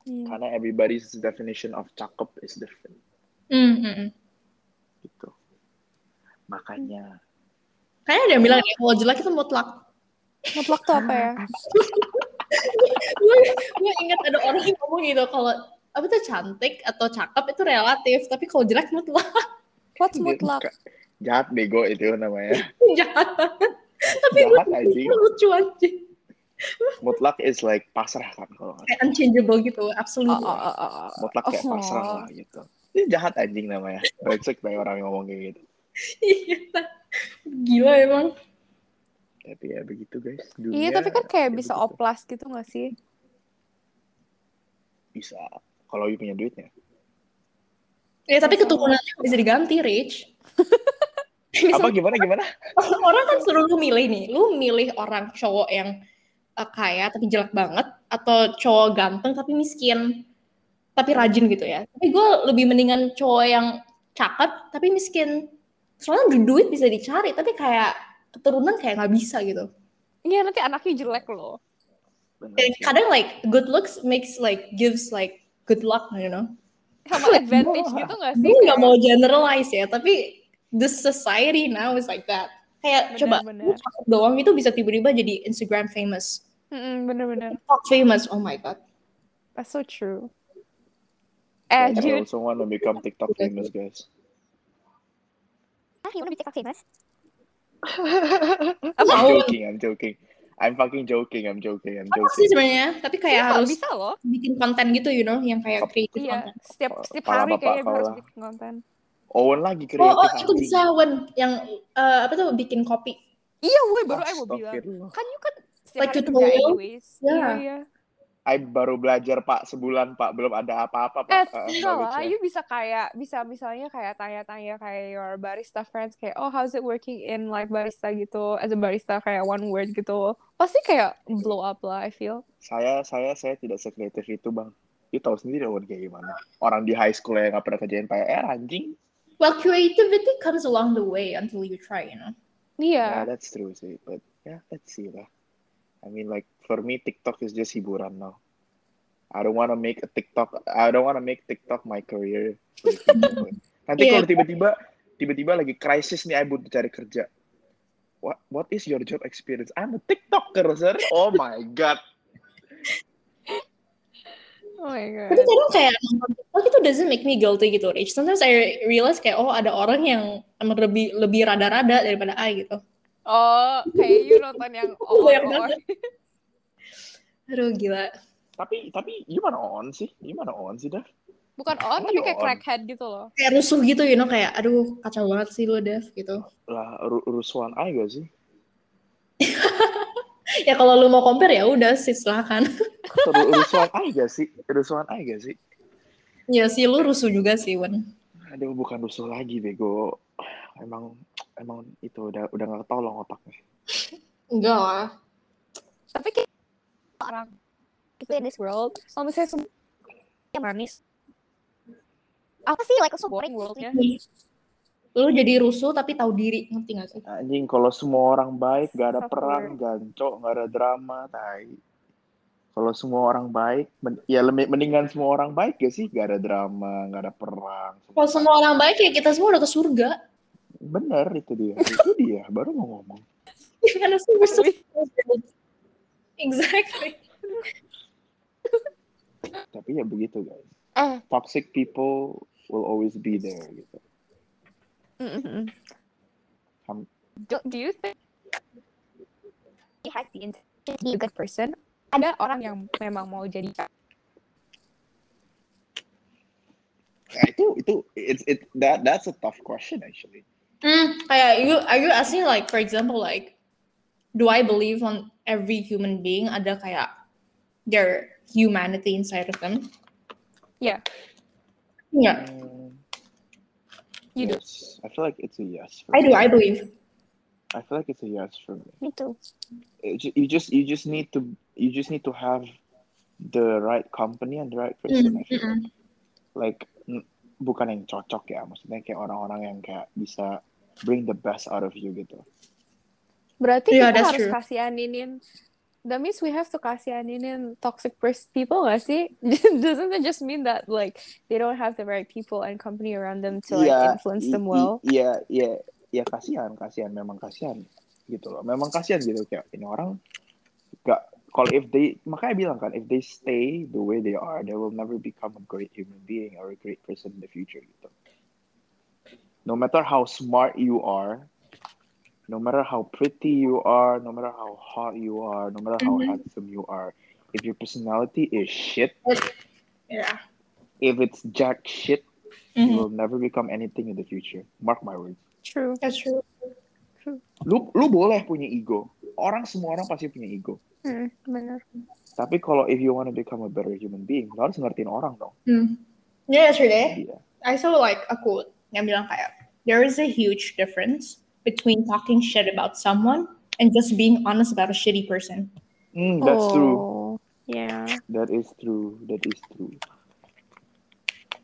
[SPEAKER 2] Iya.
[SPEAKER 3] karena everybody's definition of cakep is different
[SPEAKER 1] Mm, mm, mm.
[SPEAKER 3] gitu makanya
[SPEAKER 1] karena ada yang bilang ya kalau jelek itu mutlak
[SPEAKER 2] Ngeplak tuh apa ya?
[SPEAKER 1] gue gue ingat ada orang yang ngomong gitu kalau apa tuh cantik atau cakep itu relatif tapi kalau jelek mutlak
[SPEAKER 2] What's
[SPEAKER 3] Iya,
[SPEAKER 2] mutlak?
[SPEAKER 3] jahat bego itu namanya
[SPEAKER 1] jahat tapi
[SPEAKER 3] jahat
[SPEAKER 1] gue
[SPEAKER 3] anjing
[SPEAKER 1] lucu aja
[SPEAKER 3] mutlak is like pasrah kan kalau nggak
[SPEAKER 1] kayak unchangeable gitu
[SPEAKER 2] Oh,
[SPEAKER 1] absolutely
[SPEAKER 2] oh, oh, oh, oh.
[SPEAKER 3] mutlak kayak pasrah
[SPEAKER 2] Oh.
[SPEAKER 3] lah gitu ini jahat anjing namanya brengsek banyak orang yang ngomong kayak gitu
[SPEAKER 1] Iya. gila emang
[SPEAKER 3] tapi ya begitu guys
[SPEAKER 2] Iya,
[SPEAKER 3] dunia
[SPEAKER 2] tapi kan kayak
[SPEAKER 3] ya
[SPEAKER 2] bisa
[SPEAKER 3] begitu.
[SPEAKER 2] oplas gitu gak sih?
[SPEAKER 3] bisa kalau you punya duitnya
[SPEAKER 1] ya tapi keturunannya nggak bisa diganti rich
[SPEAKER 3] apa gimana gimana
[SPEAKER 1] orang kan suruh lu milih nih lu milih orang cowok yang eh, kaya tapi jelek banget atau cowok ganteng tapi miskin tapi rajin gitu ya tapi gue lebih mendingan cowok yang cakep tapi miskin soalnya du- duit bisa dicari tapi kayak keturunan kayak nggak bisa gitu
[SPEAKER 2] Iya, nanti anaknya jelek loh.
[SPEAKER 3] Bener
[SPEAKER 1] Dan
[SPEAKER 3] sih.
[SPEAKER 1] kadang like good looks makes like gives like good luck you know
[SPEAKER 2] Sama advantage gitu gak sih?
[SPEAKER 1] gue Iya, nggak mau generalize ya tapi the society now is like that kayak
[SPEAKER 2] Benar,
[SPEAKER 1] coba lu
[SPEAKER 2] benar.
[SPEAKER 1] cakep doang itu bisa tiba-tiba jadi Instagram famous
[SPEAKER 2] Mm-mm, Bener-bener.
[SPEAKER 1] TikTok famous. Oh my god.
[SPEAKER 2] That's so true. Eh,
[SPEAKER 3] I
[SPEAKER 2] Jude.
[SPEAKER 3] also want to become TikTok famous guys
[SPEAKER 5] Ah, you want to be TikTok famous?
[SPEAKER 3] I'm
[SPEAKER 1] Mau.
[SPEAKER 3] joking I'm joking I'm fucking joking I'm joking I'm
[SPEAKER 1] Apa sih
[SPEAKER 3] joking
[SPEAKER 1] sebenarnya? Tapi kayak
[SPEAKER 2] Iya,
[SPEAKER 1] harus
[SPEAKER 2] bisa loh.
[SPEAKER 1] bikin konten gitu, you know, yang kayak creative
[SPEAKER 2] Iya,
[SPEAKER 1] content.
[SPEAKER 2] setiap setiap
[SPEAKER 3] Kepala
[SPEAKER 2] hari
[SPEAKER 3] bapak,
[SPEAKER 2] kayaknya gue harus
[SPEAKER 3] kepala.
[SPEAKER 2] bikin konten.
[SPEAKER 3] Owen lagi
[SPEAKER 1] Oh,
[SPEAKER 3] kreatif
[SPEAKER 1] oh, itu
[SPEAKER 3] anjing.
[SPEAKER 1] bisa Wen yang eh, apa tuh bikin kopi.
[SPEAKER 2] Iya, woi baru aku bilang.
[SPEAKER 3] Astagfirullah.
[SPEAKER 2] Kan you kan setiap
[SPEAKER 1] Like
[SPEAKER 2] hari kerja
[SPEAKER 1] tutorial?
[SPEAKER 2] anyways.
[SPEAKER 1] Iya.
[SPEAKER 2] Iya, iya.
[SPEAKER 3] I baru belajar pak sebulan pak belum ada apa-apa
[SPEAKER 2] Eh,
[SPEAKER 3] pak. Ah,
[SPEAKER 2] enggak
[SPEAKER 3] knowledge
[SPEAKER 2] lah.
[SPEAKER 3] ya.
[SPEAKER 2] You bisa kayak, bisa misalnya kayak tanya-tanya kayak your barista friends kayak, oh how's it working in like barista gitu, as a barista kayak one word gitu. Pasti kayak blow up lah, I feel.
[SPEAKER 3] Saya saya saya tidak sekreatif itu bang. You tahu sendiri Owen kayak gimana. Orang di high school yang nggak pernah kerjain PR anjing.
[SPEAKER 1] Well, creativity comes along the way until you try, you know.
[SPEAKER 2] Iya.
[SPEAKER 3] Yeah, that's true sih. But yeah, let's see lah. I mean like for me TikTok is just hiburan now. I don't wanna make a TikTok. I don't wanna make TikTok my career. Nanti
[SPEAKER 1] Yeah.
[SPEAKER 3] kalau tiba-tiba tiba-tiba lagi krisis nih, I butuh cari kerja. What What is your job experience? I'm a TikToker, sir. Oh my god.
[SPEAKER 2] Oh my
[SPEAKER 1] Tapi
[SPEAKER 2] god.
[SPEAKER 1] kadang kayak nonton TikTok itu doesn't make me guilty gitu, Rich. Sometimes I realize kayak oh ada orang yang emang lebih lebih rada-rada daripada I gitu.
[SPEAKER 2] Oh, kayak you nonton yang oh,
[SPEAKER 1] Banyak banget. Aduh gila.
[SPEAKER 3] Tapi tapi gimana on sih? Gimana on sih dah?
[SPEAKER 2] Bukan on, tapi kayak
[SPEAKER 3] On.
[SPEAKER 2] crackhead gitu loh.
[SPEAKER 1] Kayak rusuh gitu, you know, kayak aduh kacau banget sih lu, Dev gitu.
[SPEAKER 3] Lah ru- rusuhan I gak sih?
[SPEAKER 1] Ya kalau lu mau compare ya udah sih silahkan.
[SPEAKER 3] Ru- rusuhan I gak sih? Rusuhan I gak sih?
[SPEAKER 1] Ya sih lu rusuh juga sih, Wen.
[SPEAKER 3] Aduh bukan rusuh lagi bego. Emang emang itu udah udah nggak tolong otaknya.
[SPEAKER 1] Enggak lah.
[SPEAKER 2] Tapi kayak orang
[SPEAKER 5] Gitu in this world.
[SPEAKER 2] kalau misalnya semua
[SPEAKER 5] Yang manis. Apa sih? Like, so boring worldnya.
[SPEAKER 2] worldnya.
[SPEAKER 1] lu jadi rusuh tapi tahu diri ngerti gak sih
[SPEAKER 3] Anjing kalau semua orang baik gak ada
[SPEAKER 2] Satu
[SPEAKER 3] perang, gancok, gak ada drama, tai. Kalau semua orang baik, men- ya lem- mendingan semua orang baik gak sih? Gak ada drama, gak ada perang.
[SPEAKER 1] kalau semua orang baik ya kita semua udah ke surga
[SPEAKER 3] Bener itu dia, itu dia. Baru mau ngomong.
[SPEAKER 1] karena semua Kan rusuh exactly
[SPEAKER 3] Tapi ya begitu guys.
[SPEAKER 2] Eh.
[SPEAKER 3] Toxic people will always be there gitu.
[SPEAKER 5] Mm-hmm.
[SPEAKER 2] Mm-mm. Do, do you think
[SPEAKER 5] He has the intention to be a
[SPEAKER 2] you good
[SPEAKER 5] good
[SPEAKER 2] person? Ada orang yang memang mau jadi
[SPEAKER 3] Nah, itu itu it's it that that's a tough question actually.
[SPEAKER 1] hmm, kayak you are you asking like for example like do I believe on every human being ada kayak their humanity inside of them? Iya.
[SPEAKER 2] Yeah.
[SPEAKER 1] Yeah,
[SPEAKER 2] You do.
[SPEAKER 3] yes. I feel like it's a yes. For
[SPEAKER 1] I do.
[SPEAKER 3] me.
[SPEAKER 1] I believe.
[SPEAKER 3] I feel like it's a yes for me.
[SPEAKER 6] Me too.
[SPEAKER 3] It ju- you just you just need to you just need to have the right company and the right person. I feel
[SPEAKER 1] mm-mm.
[SPEAKER 3] like. Like n- bukan yang cocok ya, maksudnya kayak orang-orang yang kayak bisa bring the best out of you gitu.
[SPEAKER 2] Berarti
[SPEAKER 1] Yeah, that's
[SPEAKER 2] kita harus
[SPEAKER 1] true.
[SPEAKER 2] kasihaninin. That means we have to kasihaninin toxic pers- people gak sih? Doesn't it just mean that like they don't have the right people and company around them to like
[SPEAKER 3] Iya,
[SPEAKER 2] influence
[SPEAKER 3] i-
[SPEAKER 2] them
[SPEAKER 3] i-
[SPEAKER 2] well?
[SPEAKER 3] Iya, iya, iya kasihan, kasihan, memang kasihan gitu loh. Memang kasihan gitu kayak ini orang gak kalau if they makanya bilang kan if they stay the way they are they will never become a great human being or a great person in the future gitu. No matter how smart you are, no matter how pretty you are, no matter how hot you are, no matter how
[SPEAKER 1] Mhm.
[SPEAKER 2] Mm-hmm.
[SPEAKER 3] handsome you are, if your personality is shit,
[SPEAKER 1] Yeah.
[SPEAKER 3] if it's jack shit,
[SPEAKER 2] Mm-hmm.
[SPEAKER 3] you
[SPEAKER 1] Mhm.
[SPEAKER 3] will never become anything in the future. Mark my words.
[SPEAKER 2] True.
[SPEAKER 1] That's true.
[SPEAKER 3] lu lu boleh punya ego orang semua orang pasti punya ego
[SPEAKER 2] Hmm, bener.
[SPEAKER 3] tapi kalau if you want to become a better human being lu harus ngertiin orang dong
[SPEAKER 1] Hmm. Yeah, yesterday
[SPEAKER 3] Iya.
[SPEAKER 1] I saw like a quote yang bilang kayak there is a huge difference between talking shit about someone and just being honest about a shitty person.
[SPEAKER 3] Hmm, that's true
[SPEAKER 2] Oh, Yeah.
[SPEAKER 3] that is true that is true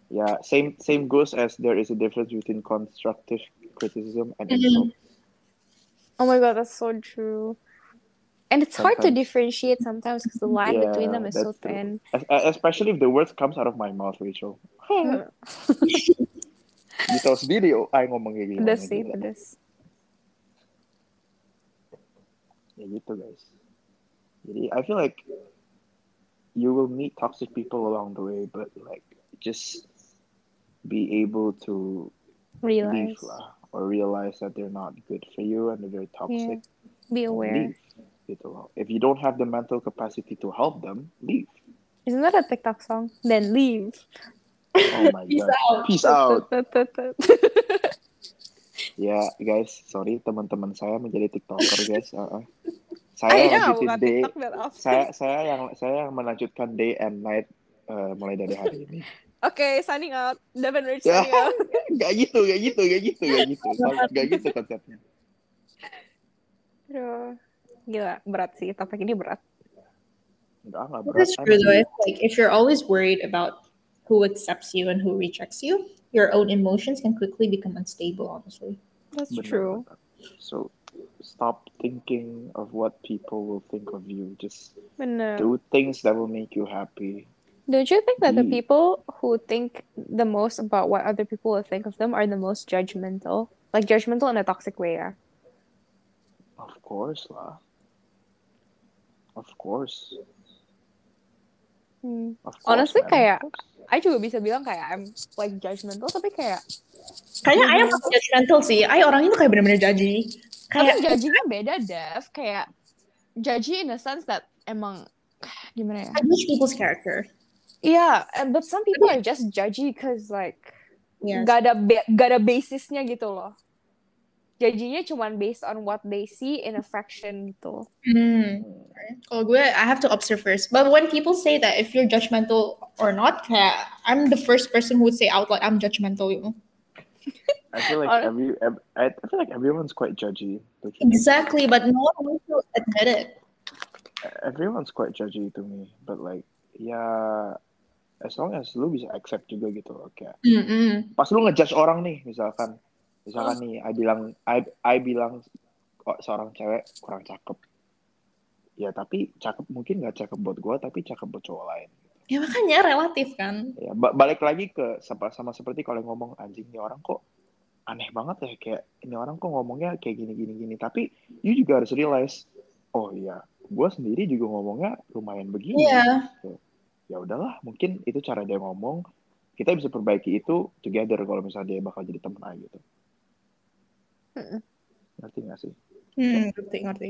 [SPEAKER 3] yeah same same goes as there is a difference between constructive criticism and
[SPEAKER 1] Mhm.
[SPEAKER 3] insult
[SPEAKER 2] Oh my god, that's so true. And it's hard to
[SPEAKER 3] Sometimes.
[SPEAKER 2] differentiate sometimes because the line
[SPEAKER 3] Yeah,
[SPEAKER 2] between them is so
[SPEAKER 3] that's true.
[SPEAKER 2] thin.
[SPEAKER 3] Es- e, especially if the words comes out of my mouth Rachel
[SPEAKER 2] Hmm.
[SPEAKER 3] you tahu sendiri oh, I ngomong kayak gimana
[SPEAKER 2] Pedes sih,
[SPEAKER 3] gila.
[SPEAKER 2] pedes.
[SPEAKER 3] ya gitu guys jadi I feel like you will meet toxic people along the way but like just be able to
[SPEAKER 2] Realize.
[SPEAKER 3] leave lah or realize that they're not good for you and that they're toxic
[SPEAKER 2] Be aware.
[SPEAKER 3] leave gitu loh if you don't have the mental capacity to help them leave
[SPEAKER 2] Isn't that a TikTok song? Then leave.
[SPEAKER 3] oh my
[SPEAKER 1] Peace
[SPEAKER 3] god
[SPEAKER 1] out.
[SPEAKER 3] peace out
[SPEAKER 2] Tut-tut-tut-tut.
[SPEAKER 3] ya guys sorry teman-teman saya menjadi tiktoker guys Uh-uh. saya
[SPEAKER 2] Akhirnya nggak
[SPEAKER 3] lanjutin
[SPEAKER 2] buka
[SPEAKER 3] day
[SPEAKER 2] TikTok dan off.
[SPEAKER 3] saya saya yang saya yang melanjutkan day and night uh, mulai dari hari ini
[SPEAKER 2] Oke, signing out. Devin Rich
[SPEAKER 3] Ya.
[SPEAKER 2] signing out.
[SPEAKER 3] Gak gitu, gak gitu, gak gitu, gak gitu. Gak gitu konsepnya.
[SPEAKER 2] Aduh. Gila, berat sih. Topik ini berat.
[SPEAKER 3] Enggak, enggak berat.
[SPEAKER 1] That's true though.
[SPEAKER 3] anjing.
[SPEAKER 1] It's like if you're always worried about who accepts you and who rejects you, your own emotions can quickly become unstable. Honestly.
[SPEAKER 2] That's
[SPEAKER 3] Bener,
[SPEAKER 2] true.
[SPEAKER 3] bener. So, stop thinking of what people will think of you. Just
[SPEAKER 2] Bener.
[SPEAKER 3] do things that will make you happy.
[SPEAKER 2] Don't you think that the
[SPEAKER 3] Hmm.
[SPEAKER 2] people who think the most about what other people will think of them are the most judgmental? Like judgmental in a toxic way, yeah.
[SPEAKER 3] Of course lah. Of course.
[SPEAKER 2] Hmm.
[SPEAKER 3] Of course
[SPEAKER 2] Honestly,
[SPEAKER 3] man.
[SPEAKER 2] kayak I juga bisa bilang kayak I'm like judgmental, tapi kayak
[SPEAKER 1] Kayaknya I am judgmental sih. I orangnya tuh kayak bener-bener judgy.
[SPEAKER 2] tapi
[SPEAKER 1] Kayak
[SPEAKER 2] judgingnya beda, Dev. Kayak judgy in a sense that emang gimana ya?
[SPEAKER 1] I judge people's character.
[SPEAKER 2] Iya, and- but some people are just judgy because like
[SPEAKER 1] Yes.
[SPEAKER 2] gak ada ba- gak ada basisnya gitu loh. Judgingnya cuman based on what they see in a fraction gitu.
[SPEAKER 1] Hmm. Kalau gue, I have to observe first. But when people say that if you're judgmental or not, kayak I'm the first person who would say out loud, I'm judgmental. You know?
[SPEAKER 3] I feel like
[SPEAKER 2] Hon-
[SPEAKER 3] every, ev- I I feel like everyone's quite judgy. don't you think?
[SPEAKER 1] Exactly, but no one wants to admit it.
[SPEAKER 3] Everyone's quite judgy to me. But like, yeah, as long as lu bisa accept juga gitu loh. Kayak
[SPEAKER 1] Mm-mm.
[SPEAKER 3] pas lu ngejudge orang nih misalkan misalkan nih I bilang I, I bilang kok seorang cewek kurang cakep ya tapi cakep mungkin nggak cakep buat gua tapi cakep buat cowok lain
[SPEAKER 1] Ya makanya relatif kan.
[SPEAKER 3] ya ba- balik lagi ke sama, sama seperti kalau ngomong anjing ini orang kok aneh banget ya kayak ini orang kok ngomongnya kayak gini gini gini tapi you juga harus realize oh iya gua sendiri juga ngomongnya lumayan begini
[SPEAKER 1] Iya.
[SPEAKER 3] ya udahlah mungkin itu cara dia ngomong kita bisa perbaiki itu together kalau misalnya dia bakal jadi teman A gitu
[SPEAKER 2] Mm-mm.
[SPEAKER 3] ngerti nggak sih
[SPEAKER 1] Hmm, ngerti, ngerti.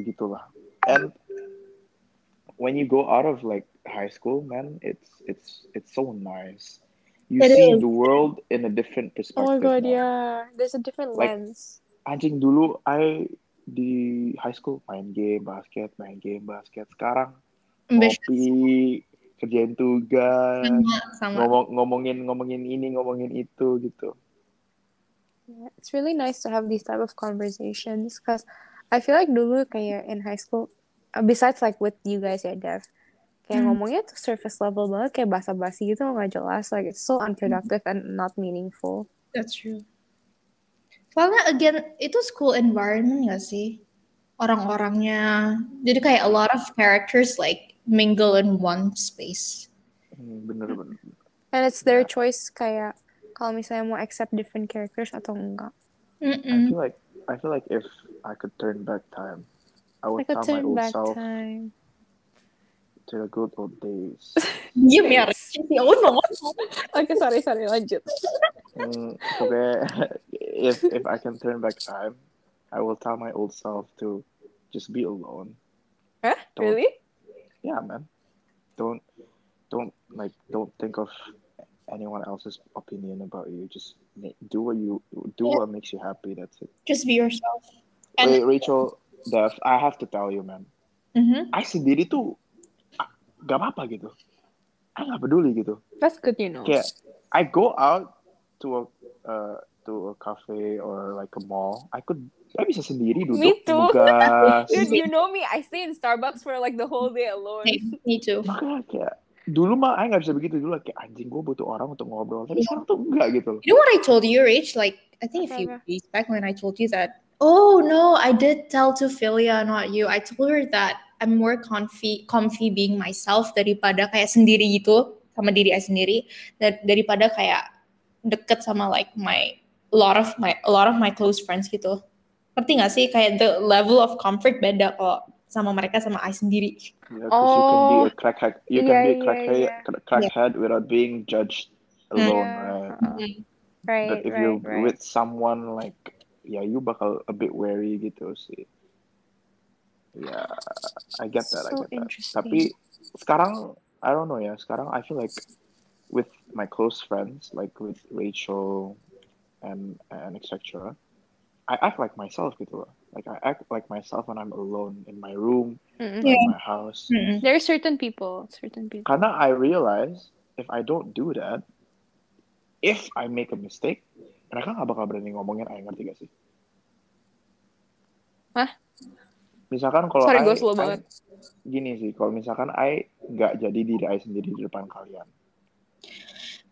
[SPEAKER 3] begitulah and when you go out of like high school man it's it's it's so nice you
[SPEAKER 1] It
[SPEAKER 3] see
[SPEAKER 1] is. Oh
[SPEAKER 3] the world
[SPEAKER 2] Oh
[SPEAKER 3] in a different perspective now.
[SPEAKER 2] There's a different
[SPEAKER 3] Like-
[SPEAKER 2] lens.
[SPEAKER 3] anjing dulu I di high school main game basket main game basket sekarang
[SPEAKER 1] Ambitious.
[SPEAKER 3] kopi kerjain tugas
[SPEAKER 1] sama sama
[SPEAKER 3] ngomong ngomongin ngomongin ini ngomongin itu gitu
[SPEAKER 2] Yeah, it's really nice to have these type of conversations because I feel like dulu kayak in high school, uh, besides like with you guys ya Dev,
[SPEAKER 4] Mm.
[SPEAKER 2] kayak
[SPEAKER 1] Hmm.
[SPEAKER 2] ngomongnya tuh surface level banget kayak basa-basi gitu nggak jelas like it's so unproductive and not meaningful.
[SPEAKER 1] That's true. Soalnya again itu school environment gak sih orang-orangnya. Jadi kayak a lot of characters like mingle in one space.
[SPEAKER 3] Hmm, bener bener
[SPEAKER 2] And it's their
[SPEAKER 3] Yeah.
[SPEAKER 2] choice kayak kalau misalnya mau accept different characters atau enggak. Hmm.
[SPEAKER 3] I
[SPEAKER 1] Mm-mm.
[SPEAKER 3] feel like I feel like if I could turn back time
[SPEAKER 2] I
[SPEAKER 3] I would
[SPEAKER 2] could
[SPEAKER 3] tell my
[SPEAKER 2] turn
[SPEAKER 3] old
[SPEAKER 2] back
[SPEAKER 3] self
[SPEAKER 2] time.
[SPEAKER 3] to the good old days
[SPEAKER 1] Diem ya, Rich. Ya udah, ngomong.
[SPEAKER 2] Oke sorry sorry lanjut.
[SPEAKER 3] Mm, pokoknya if if I can turn back time, I will tell my old self to just be alone.
[SPEAKER 4] Huh?
[SPEAKER 3] Don't-
[SPEAKER 4] Really?
[SPEAKER 3] Yeah, man. Don't don't like don't think of anyone else's opinion about you. Just ma- do what you do what makes you happy. That's it.
[SPEAKER 1] Just be yourself.
[SPEAKER 3] Wait,
[SPEAKER 1] And
[SPEAKER 3] Rachel, Dev, I have to tell you, man.
[SPEAKER 1] Mhm.
[SPEAKER 3] I sendiri tuh ah, gak apa-apa gitu. I gak peduli gitu.
[SPEAKER 4] That's good, you know.
[SPEAKER 3] Yeah, I go out to a uh, to a cafe or like a mall. I could I bisa sendiri duduk
[SPEAKER 4] Me too. Iya, gitu.
[SPEAKER 3] nugas.
[SPEAKER 4] Dude, you know me. I stay in Starbucks for like the whole day alone.
[SPEAKER 1] Same, me too.
[SPEAKER 3] Makanya kayak dulu mah I nggak bisa begitu dulu kayak anjing gue butuh orang untuk ngobrol.
[SPEAKER 4] Iya.
[SPEAKER 3] Tapi sekarang tuh enggak gitu loh.
[SPEAKER 1] You know what I told you, Rich? Like, I think a few
[SPEAKER 4] Apa-apa?
[SPEAKER 1] weeks back when I told you that, oh no, I did tell to Philia, not you. I told her that I'm more comfy, comfy being myself daripada kayak sendiri gitu sama diri I sendiri, dar- daripada kayak deket sama like my a lot of my a lot of my close friends gitu. Ngerti gak sih kayak the level of comfort beda kok sama mereka sama I sendiri.
[SPEAKER 3] Yeah, Ya, 'cause you can be
[SPEAKER 4] Oh. iya,
[SPEAKER 3] a crackhead. You can
[SPEAKER 4] Yeah,
[SPEAKER 3] be a
[SPEAKER 4] yeah,
[SPEAKER 3] crackhead,
[SPEAKER 4] yeah.
[SPEAKER 3] cra- crackhead without being judged alone,
[SPEAKER 4] Yeah.
[SPEAKER 3] right? But
[SPEAKER 4] Right,
[SPEAKER 3] if
[SPEAKER 4] right,
[SPEAKER 3] you're
[SPEAKER 4] right.
[SPEAKER 3] with someone like ya you bakal a bit wary gitu sih. Yeah, I get that, I
[SPEAKER 2] So
[SPEAKER 3] get that.
[SPEAKER 2] interesting.
[SPEAKER 3] Tapi sekarang I don't know ya, sekarang I feel like with my close friends like with Rachel and and etc. I act like myself gitu loh. Like I act like myself when I'm alone in my room,
[SPEAKER 4] Mm-mm.
[SPEAKER 1] Yeah.
[SPEAKER 3] in my house.
[SPEAKER 2] Mm-hmm.
[SPEAKER 1] Mm-mm.
[SPEAKER 4] There are certain people, certain people.
[SPEAKER 3] Kinda I realize if I don't do that, if I make a mistake, mereka nggak bakal berani ngomongin I ngerti gak sih?
[SPEAKER 4] Hah?
[SPEAKER 3] Misalkan kalau
[SPEAKER 4] Sorry,
[SPEAKER 3] I-
[SPEAKER 4] gua slow
[SPEAKER 3] I-
[SPEAKER 4] banget.
[SPEAKER 3] Gini sih, kalau misalkan I nggak jadi diri I sendiri di depan kalian.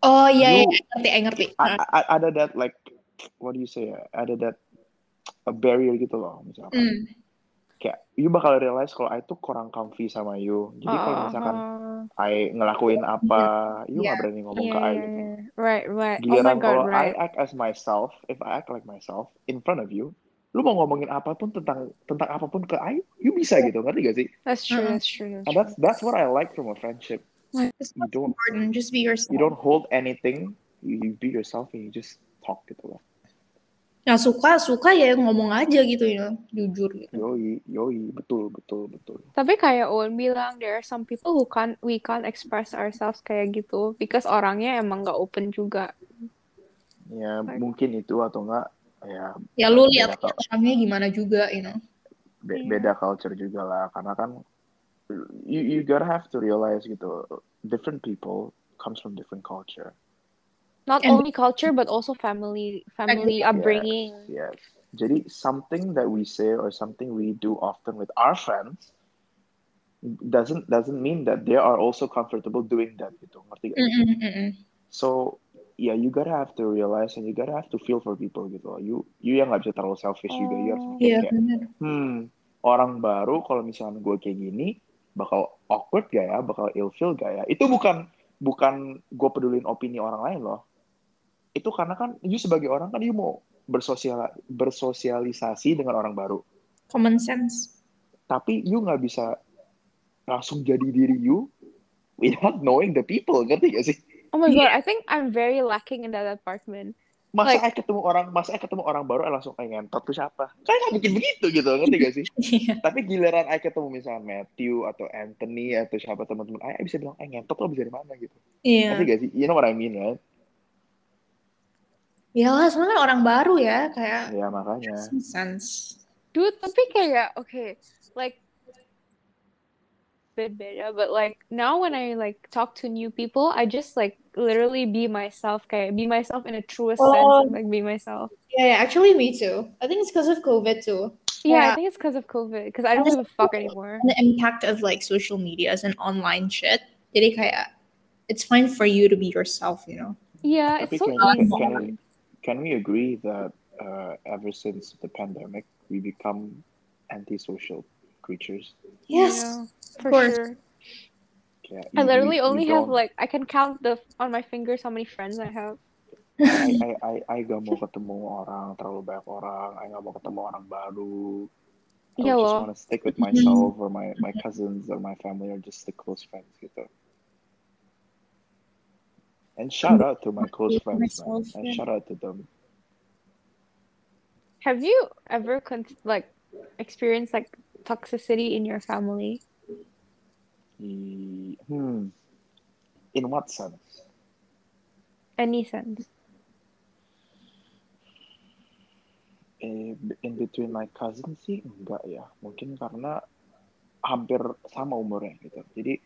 [SPEAKER 1] Oh iya, iya,
[SPEAKER 3] You-
[SPEAKER 1] ngerti, I ngerti.
[SPEAKER 3] A- a- ada that like, what do you say ya? Ada that a barrier gitu loh misalkan.
[SPEAKER 1] Mm.
[SPEAKER 3] Kayak, you bakal realize kalau I tuh kurang comfy sama you. Jadi kalau misalkan
[SPEAKER 4] Uh-huh.
[SPEAKER 3] I ngelakuin apa,
[SPEAKER 4] Iya.
[SPEAKER 3] you nggak
[SPEAKER 1] Yeah.
[SPEAKER 3] berani ngomong
[SPEAKER 4] yeah,
[SPEAKER 3] ke I
[SPEAKER 4] yeah,
[SPEAKER 3] gitu.
[SPEAKER 4] yeah. Right, right. Oh my
[SPEAKER 3] Giliran kalau
[SPEAKER 4] god, right.
[SPEAKER 3] I act as myself, if I act like myself in front of you, lu mau ngomongin apapun tentang tentang apapun ke I, you bisa gitu, ngerti gak sih?
[SPEAKER 4] That's true,
[SPEAKER 1] Uh-uh.
[SPEAKER 4] that's true.
[SPEAKER 3] And that's that's what I like from a friendship.
[SPEAKER 1] It's
[SPEAKER 3] You don't
[SPEAKER 1] important, just be yourself.
[SPEAKER 3] you don't hold anything, you, you be yourself and you just talk gitu loh.
[SPEAKER 1] Nah suka suka ya ngomong aja gitu ya jujur
[SPEAKER 4] Hmm.
[SPEAKER 1] gitu.
[SPEAKER 3] Yoi, yoi, betul, betul, betul.
[SPEAKER 4] Tapi kayak Owen bilang, there are some people who can't, we can't express ourselves kayak gitu, because orangnya emang nggak open juga.
[SPEAKER 3] Ya
[SPEAKER 4] Like-
[SPEAKER 3] mungkin itu atau enggak ya
[SPEAKER 1] Ya lu lihat
[SPEAKER 3] Iya, Kak.
[SPEAKER 1] orangnya gimana juga, you know.
[SPEAKER 3] be-
[SPEAKER 4] Iya.
[SPEAKER 3] beda culture juga lah karena kan you you gotta have to realize gitu different people comes from different culture.
[SPEAKER 4] Not
[SPEAKER 1] And-
[SPEAKER 4] only culture, but also family, family upbringing.
[SPEAKER 3] Yes. Jadi something that we say or something we do often with our friends doesn't doesn't mean that they are also comfortable doing that gitu. Ngerti gak?
[SPEAKER 1] Mm-mm, mm-mm.
[SPEAKER 3] So yeah, you gotta have to realize and you gotta have to feel for people gitu. You you yang nggak bisa terlalu selfish juga. You
[SPEAKER 4] Oh.
[SPEAKER 3] harus mikir
[SPEAKER 1] Iya
[SPEAKER 3] kayak,
[SPEAKER 1] benar.
[SPEAKER 3] hmm orang baru kalau misalnya gue kayak gini bakal awkward gak ya, bakal ilfeel gak ya. Itu bukan bukan gue pedulin opini orang lain loh. Itu karena kan you sebagai orang kan you mau bersosial bersosialisasi dengan orang baru.
[SPEAKER 1] Common sense.
[SPEAKER 3] Tapi you nggak bisa langsung jadi diri you without knowing the people, ngerti gak sih?
[SPEAKER 4] Oh my god, I think I'm very lacking in that department.
[SPEAKER 3] masa
[SPEAKER 4] Like-
[SPEAKER 3] I ketemu orang masa I ketemu orang baru I langsung kayak ngentot tuh siapa kan nggak mungkin begitu gitu ngerti gak sih
[SPEAKER 1] Iya.
[SPEAKER 3] tapi giliran I ketemu misalnya Matthew atau Anthony atau siapa teman-teman I, I bisa bilang eh ngentot lo bisa dari mana gitu
[SPEAKER 1] Iya.
[SPEAKER 3] ngerti gak sih you know what I mean right
[SPEAKER 1] Iyalah, soalnya kan orang baru ya kayak
[SPEAKER 3] ya makanya
[SPEAKER 1] common sense.
[SPEAKER 2] dude tapi kayak okay like bit better but like now when I like talk to new people I just like literally be myself kayak be myself in a truest
[SPEAKER 1] Oh.
[SPEAKER 2] sense of, like be myself
[SPEAKER 1] Yeah, yeah, actually, me too. I think it's because of COVID too.
[SPEAKER 2] yeah,
[SPEAKER 1] Yeah.
[SPEAKER 2] I think it's because of COVID because I don't
[SPEAKER 1] Honestly,
[SPEAKER 2] give a fuck anymore
[SPEAKER 1] And the impact of like social medias and online shit. Jadi kayak, it's fine for you to be yourself, you know.
[SPEAKER 2] yeah it's
[SPEAKER 3] Tapi
[SPEAKER 2] so
[SPEAKER 3] can,
[SPEAKER 2] easy
[SPEAKER 3] can, we, can we agree that uh, ever since the pandemic, we become antisocial creatures?
[SPEAKER 1] Yes.
[SPEAKER 2] Yeah, for
[SPEAKER 1] course.
[SPEAKER 2] sure
[SPEAKER 3] Kayak
[SPEAKER 2] I
[SPEAKER 3] we-
[SPEAKER 2] literally
[SPEAKER 3] we- we
[SPEAKER 2] only have
[SPEAKER 3] don't-
[SPEAKER 2] like I can count the on my fingers how many friends I have
[SPEAKER 3] I, I, I, I gak mau ketemu orang, terlalu banyak orang. I gak mau ketemu orang baru. I
[SPEAKER 2] Iya
[SPEAKER 3] would just
[SPEAKER 2] loh.
[SPEAKER 3] wanna stick with
[SPEAKER 1] Mm-hmm.
[SPEAKER 3] myself or my, my cousins or my family or just the close friends gitu. And shout out to my close friends, man.
[SPEAKER 1] Mm-hmm. Myself,
[SPEAKER 3] And
[SPEAKER 1] yeah.
[SPEAKER 3] shout out to them.
[SPEAKER 2] Have you ever con- like experienced like toxicity in your family?
[SPEAKER 3] E- Hmm. In what sense?
[SPEAKER 2] Any sense?
[SPEAKER 3] Eh, in between my cousin sih enggak ya mungkin karena hampir sama umurnya gitu jadi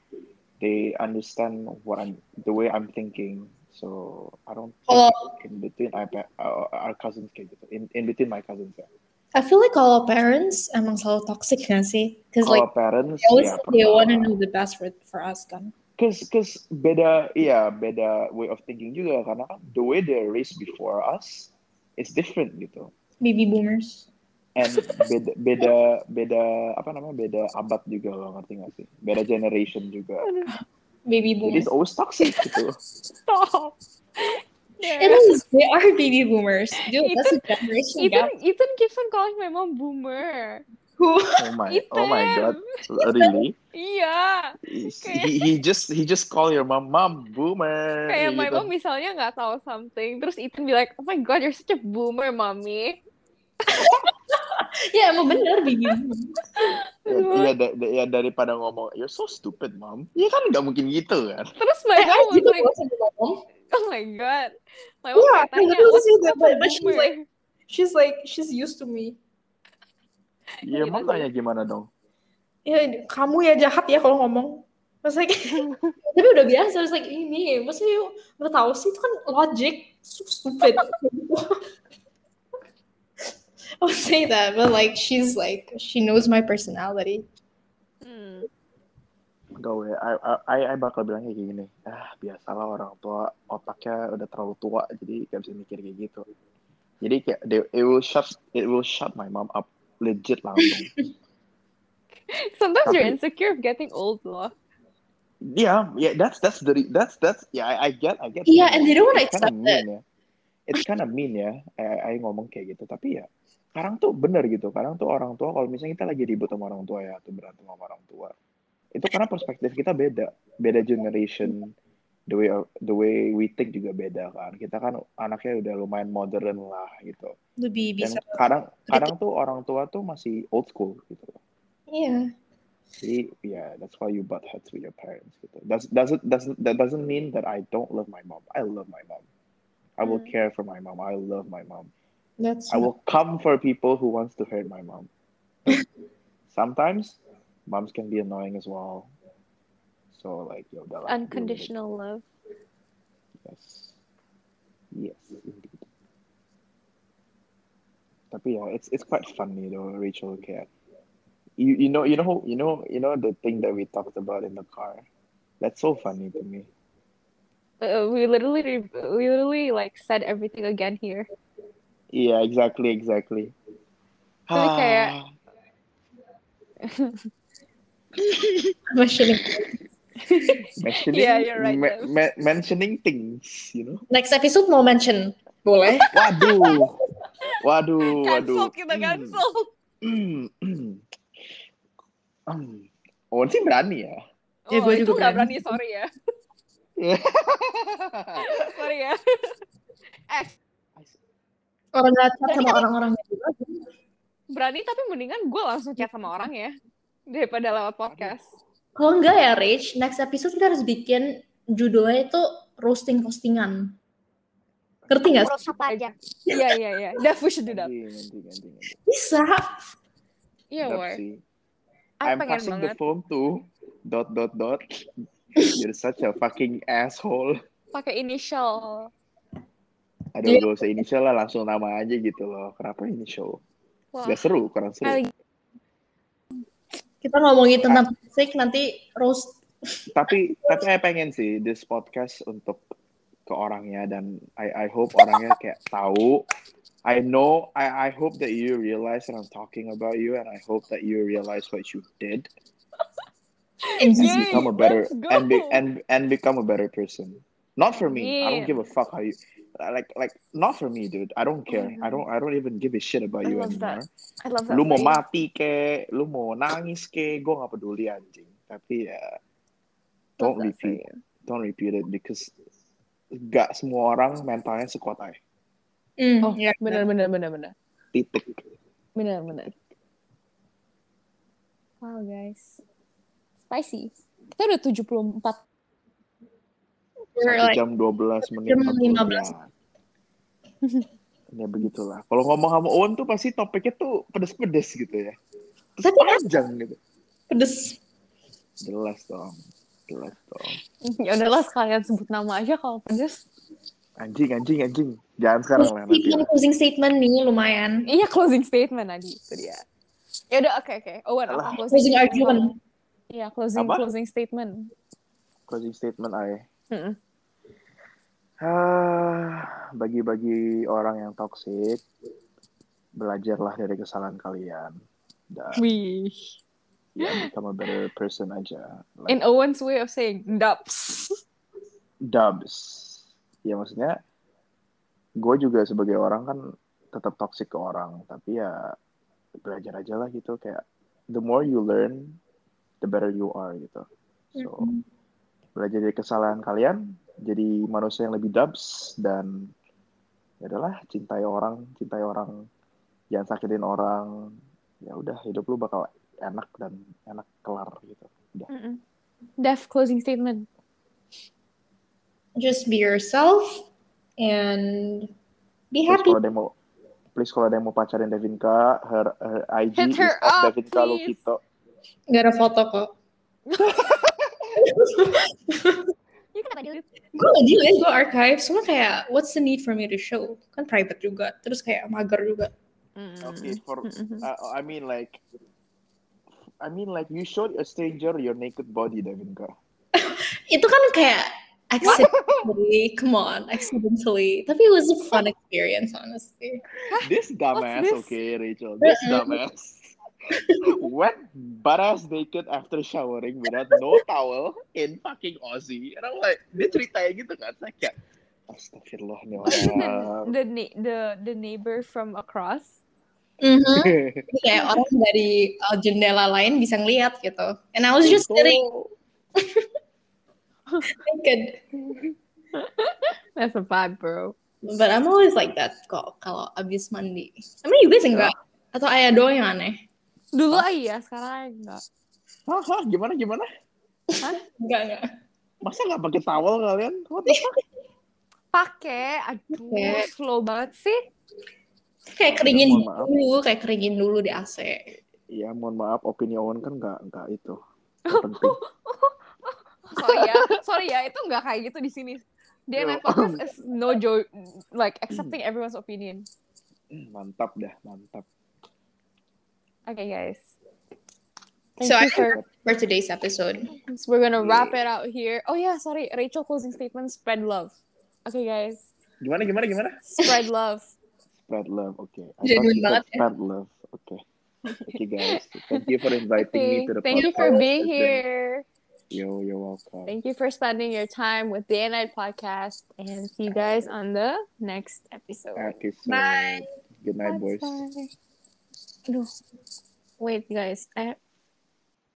[SPEAKER 3] they understand what I'm the way I'm thinking so I don't think
[SPEAKER 1] Kalau
[SPEAKER 3] in between I, uh, our cousins kayak gitu in in between my cousins ya
[SPEAKER 1] I feel like kalau parents emang selalu toxic nggak sih? Because like
[SPEAKER 3] kalau parents
[SPEAKER 1] they always
[SPEAKER 3] ya
[SPEAKER 1] they
[SPEAKER 3] pernah.
[SPEAKER 1] want to know the best for for us kan.
[SPEAKER 3] Cause, cause beda, iya beda way of thinking juga karena kan the way they raised before us is different gitu.
[SPEAKER 1] Baby boomers.
[SPEAKER 3] And beda, beda, beda apa namanya beda abad juga lo ngerti gak sih? Beda generation juga.
[SPEAKER 1] Baby
[SPEAKER 3] Jadi
[SPEAKER 1] boomers.
[SPEAKER 3] it's always toxic gitu.
[SPEAKER 2] Stop.
[SPEAKER 1] It is. They are baby boomers. Dude, that's a generation
[SPEAKER 2] Ethan,
[SPEAKER 1] gap.
[SPEAKER 2] Ethan keeps on calling my mom boomer.
[SPEAKER 1] Who?
[SPEAKER 3] Oh my, oh my god,
[SPEAKER 2] Ethan.
[SPEAKER 3] really?
[SPEAKER 2] Iya.
[SPEAKER 3] He, he just he just call your mom, mom boomer.
[SPEAKER 2] Kayak my
[SPEAKER 3] gitu.
[SPEAKER 2] mom misalnya nggak tahu something, terus Ethan be like, oh my god, you're such a boomer, mommy.
[SPEAKER 1] Ya emang benar baby boomers.
[SPEAKER 3] Ya, Iya da- da- ya, daripada ngomong you're so stupid mom. Iya kan nggak mungkin gitu kan.
[SPEAKER 2] Terus my
[SPEAKER 1] I, I
[SPEAKER 2] mom was
[SPEAKER 1] did it
[SPEAKER 2] like,
[SPEAKER 1] once in the mom.
[SPEAKER 2] oh my god. My mom
[SPEAKER 1] Yeah,
[SPEAKER 2] kayak tanya,
[SPEAKER 1] I literally
[SPEAKER 2] "What's
[SPEAKER 1] said that,
[SPEAKER 2] up,
[SPEAKER 1] but, but she's
[SPEAKER 2] boomer?"
[SPEAKER 1] like, she's like, she's used to me.
[SPEAKER 3] Iya
[SPEAKER 2] Gitu
[SPEAKER 3] mom
[SPEAKER 2] sih.
[SPEAKER 3] tanya gimana dong?
[SPEAKER 1] Ya, kamu ya jahat ya kalau ngomong. Terus like, tapi udah biasa. Terus like, ini, maksudnya nggak tahu sih itu kan logic, so stupid. I would say that, but like she's like she knows my personality.
[SPEAKER 2] Hmm.
[SPEAKER 3] Gawe, I, I, I bakal bilangnya kayak gini. Ah biasalah orang tua otaknya udah terlalu tua jadi gak bisa mikir kayak gitu. Jadi kayak they- it will shut it will shut my mom up legit langsung.
[SPEAKER 2] Sometimes you're
[SPEAKER 3] Tapi-
[SPEAKER 2] insecure of getting old loh.
[SPEAKER 3] Yeah, yeah, that's that's the re- that's that's yeah, I, I get I get.
[SPEAKER 1] Yeah, and they don't wanna
[SPEAKER 3] It's kinda
[SPEAKER 1] accept
[SPEAKER 3] mean, ya. It's kind of mean ya. I, I ngomong kayak gitu, tapi ya sekarang tuh bener gitu. Sekarang tuh orang tua kalau misalnya kita lagi ribut sama orang tua ya atau berantem sama orang tua, itu karena perspektif kita beda, beda generation, the way the way we think juga beda kan. Kita kan anaknya udah lumayan modern lah gitu.
[SPEAKER 1] Lebih bisa.
[SPEAKER 3] Dan kadang kadang tuh orang tua tuh masih old school gitu.
[SPEAKER 1] Iya.
[SPEAKER 3] See, yeah, that's why you butt heads with your parents. gitu. That's doesn't doesn't that doesn't mean that I don't love my mom. I love my mom. I will
[SPEAKER 2] Hmm.
[SPEAKER 3] care for my mom. I love my mom.
[SPEAKER 1] That's.
[SPEAKER 3] I will come for people who wants to hurt my mom. Sometimes moms can be annoying as well. So like yo, udah lah, deal with it.
[SPEAKER 2] Unconditional love.
[SPEAKER 3] Yes. Yes, indeed. Tapi ya, it's it's quite funny though, Rachel kayak. You you know you know you know you know the thing that we talked about in the car. That's so funny to me.
[SPEAKER 2] Uh, we literally, re- we literally like said everything again here.
[SPEAKER 3] Yeah, exactly, exactly.
[SPEAKER 2] Tapi kayak-
[SPEAKER 3] Ah,
[SPEAKER 1] Mentioning.
[SPEAKER 3] mentioning,
[SPEAKER 2] Yeah, you're right,
[SPEAKER 3] me-
[SPEAKER 2] though.
[SPEAKER 3] me- mentioning things, you know.
[SPEAKER 1] Next episode mau mention, boleh?
[SPEAKER 3] Waduh, waduh, waduh.
[SPEAKER 2] Cancel kita
[SPEAKER 3] Hmm,
[SPEAKER 2] cancel.
[SPEAKER 3] hmm, hmm. Hmm. Owen sih berani ya.
[SPEAKER 1] Ya,
[SPEAKER 2] Oh,
[SPEAKER 1] Eh, gua
[SPEAKER 2] itu
[SPEAKER 1] juga
[SPEAKER 2] nggak
[SPEAKER 1] berani.
[SPEAKER 2] berani sorry ya, sorry ya. Eh,
[SPEAKER 1] Orang ngacak
[SPEAKER 2] Berani
[SPEAKER 1] sama
[SPEAKER 2] tapi-
[SPEAKER 1] orang-orang yang
[SPEAKER 2] Berani tapi mendingan gue langsung chat sama orang ya daripada lewat podcast.
[SPEAKER 1] Kalau enggak ya, Rich, next episode kita harus bikin judulnya itu roasting-roastingan. Ngerti nggak?
[SPEAKER 7] Urus apa aja?
[SPEAKER 2] Iya iya iya. Daf we should do that.
[SPEAKER 3] Ganti, ganti, ganti, ganti.
[SPEAKER 1] Bisa.
[SPEAKER 2] Iya,
[SPEAKER 3] Dot
[SPEAKER 2] War.
[SPEAKER 3] sih.
[SPEAKER 2] Aku
[SPEAKER 3] I'm
[SPEAKER 2] pengen
[SPEAKER 3] passing
[SPEAKER 2] banget.
[SPEAKER 3] the phone to dot dot dot. You're such a fucking asshole.
[SPEAKER 2] Pakai initial.
[SPEAKER 1] Iya.
[SPEAKER 3] Aduh, gak usah initial lah, langsung nama aja gitu loh. Kenapa initial?
[SPEAKER 2] Wah.
[SPEAKER 3] Gak seru, kurang seru.
[SPEAKER 2] Kali-
[SPEAKER 1] Kita ngomongin tentang toxic nanti roast.
[SPEAKER 3] Tapi, tapi saya pengen sih this podcast untuk ke orangnya dan I I hope orangnya kayak tahu. I know, I I hope that you realize that I'm talking about you and I hope that you realize what you did
[SPEAKER 1] Iya.
[SPEAKER 3] and
[SPEAKER 2] Yay,
[SPEAKER 3] become a better
[SPEAKER 2] let's go.
[SPEAKER 3] and, be, and and become a better person. Not for me. I
[SPEAKER 2] Yeah.
[SPEAKER 3] don't give a fuck how you like like not for me, dude. I don't care. I don't I don't even give a shit about
[SPEAKER 2] I
[SPEAKER 3] you
[SPEAKER 2] love
[SPEAKER 3] anymore.
[SPEAKER 2] that. I love that.
[SPEAKER 3] Lu mau
[SPEAKER 2] phrase.
[SPEAKER 3] mati ke, lu mau nangis ke, gue gak peduli anjing. Tapi ya don't
[SPEAKER 2] Love that
[SPEAKER 3] repeat, don't repeat it because gak semua orang mentalnya sekuat I.
[SPEAKER 1] Mm,
[SPEAKER 8] Oh,
[SPEAKER 1] ya.
[SPEAKER 8] bener bener bener bener
[SPEAKER 3] Titik.
[SPEAKER 8] bener bener.
[SPEAKER 2] Wow, guys.
[SPEAKER 8] Spicy. Kita udah 74
[SPEAKER 1] We're
[SPEAKER 3] Satu
[SPEAKER 1] like,
[SPEAKER 3] jam 12 menit.
[SPEAKER 1] jam
[SPEAKER 3] 15. Ya begitulah. Kalau ngomong sama Owen tuh pasti topiknya tuh pedes-pedes gitu ya. Terus
[SPEAKER 1] Tapi-
[SPEAKER 3] panjang gitu.
[SPEAKER 1] pedes.
[SPEAKER 3] Jelas dong. Jelas dong.
[SPEAKER 8] Ya udahlah sekalian sebut nama aja kalau pedes.
[SPEAKER 3] Anjing, anjing, anjing. Jangan sekarang lah nanti.
[SPEAKER 1] Statement, closing statement nih lumayan.
[SPEAKER 2] Iya, closing statement tadi. Itu dia. Ya udah, oke, oke. Oh, Owen,
[SPEAKER 3] Alah.
[SPEAKER 2] apa
[SPEAKER 1] Closing argument.
[SPEAKER 2] Iya, closing
[SPEAKER 3] Apa?
[SPEAKER 2] closing statement.
[SPEAKER 3] Closing statement I.
[SPEAKER 2] Mm-mm.
[SPEAKER 3] Ah, bagi-bagi orang yang toksik, belajarlah dari kesalahan kalian. Dan
[SPEAKER 2] Wih.
[SPEAKER 3] ya, become a better person aja.
[SPEAKER 2] In
[SPEAKER 3] Like,
[SPEAKER 2] Owen's way of saying dubs.
[SPEAKER 3] dubs. Ya maksudnya, gue juga sebagai orang kan tetap toksik ke orang. Tapi ya, belajar aja lah gitu. Kayak, the more you learn, the better you are gitu. So,
[SPEAKER 1] Mm.
[SPEAKER 3] belajar dari kesalahan kalian jadi manusia yang lebih dubs dan ya adalah cintai orang cintai orang jangan sakitin orang ya udah hidup lu bakal enak dan enak kelar gitu udah
[SPEAKER 2] Mm-mm. Dev closing statement.
[SPEAKER 1] Just be yourself and be
[SPEAKER 3] please
[SPEAKER 1] happy.
[SPEAKER 3] kalau demo please kalau demo pacarin Devinka her, her IG
[SPEAKER 2] Hit her
[SPEAKER 3] is at
[SPEAKER 2] up,
[SPEAKER 3] Devinka
[SPEAKER 2] please.
[SPEAKER 3] Lukito
[SPEAKER 1] Gak ada foto kok.
[SPEAKER 9] You kenapa dulu?
[SPEAKER 1] gue gak deal ya, gue archive. Soalnya kayak, what's the need for me to show? Kan private juga. Terus kayak mager juga.
[SPEAKER 3] Mm. okay for
[SPEAKER 2] Mm-mm.
[SPEAKER 3] uh, I mean like I mean like you showed a stranger your naked body Devinka
[SPEAKER 1] Itu kan kayak accidentally, come on, accidentally. Tapi it was a fun experience, honestly.
[SPEAKER 3] This dumbass,
[SPEAKER 2] this? Mm,
[SPEAKER 3] okay, Rachel. This dumbass wet butt ass naked after showering without no towel in fucking Aussie. And I'm like, dia ceritanya gitu kan? Saya kayak, astagfirullah nih orang.
[SPEAKER 2] the, na- the the neighbor from across.
[SPEAKER 1] Mhm. Jadi kayak orang dari uh, jendela lain bisa ngeliat gitu. And I was just sitting naked.
[SPEAKER 2] That's a vibe, bro.
[SPEAKER 1] But I'm always like that kok kalau abis mandi. Emang you guys enggak? Atau ayah doang yang aneh?
[SPEAKER 2] Dulu iya, sekarang enggak.
[SPEAKER 3] Hah, hah, gimana, gimana?
[SPEAKER 1] Enggak, enggak.
[SPEAKER 3] Masa nggak pakai towel kalian? What the fuck?
[SPEAKER 2] Pakai, aduh,
[SPEAKER 1] Pakai.
[SPEAKER 2] slow banget sih.
[SPEAKER 1] Kayak keringin
[SPEAKER 3] Mohon maaf.
[SPEAKER 1] dulu, kayak keringin dulu di AC.
[SPEAKER 3] Ya, mohon maaf, opini Owen kan nggak nggak itu. Nggak penting.
[SPEAKER 2] Sorry ya, sorry ya, itu enggak kayak gitu di sini. The
[SPEAKER 3] Yo.
[SPEAKER 2] NI podcast is no joke, like accepting everyone's opinion.
[SPEAKER 3] Hmm, Mantap dah, mantap.
[SPEAKER 2] Okay, guys.
[SPEAKER 1] So I
[SPEAKER 2] Thank you for
[SPEAKER 1] for today's episode.
[SPEAKER 2] So we're gonna wrap
[SPEAKER 3] Mm.
[SPEAKER 2] it out here. Oh yeah, sorry. Rachel closing statement: spread love. Okay, guys,
[SPEAKER 3] Gimana, gimana, gimana?
[SPEAKER 2] spread love.
[SPEAKER 3] Spread love, okay. I
[SPEAKER 1] Genuine
[SPEAKER 3] thought you said
[SPEAKER 1] banget ya.
[SPEAKER 3] spread love, okay. Okay guys, thank you for inviting me
[SPEAKER 2] Okay,
[SPEAKER 3] to the
[SPEAKER 2] thank you
[SPEAKER 3] podcast.
[SPEAKER 2] for being
[SPEAKER 3] It's been-
[SPEAKER 2] here.
[SPEAKER 3] Yo, you're welcome.
[SPEAKER 2] Thank you for spending your time with the Night Podcast, and see you guys on the next episode.
[SPEAKER 3] Okay, so
[SPEAKER 1] Bye.
[SPEAKER 3] good night, boys.
[SPEAKER 2] Bye. No. Wait, guys. I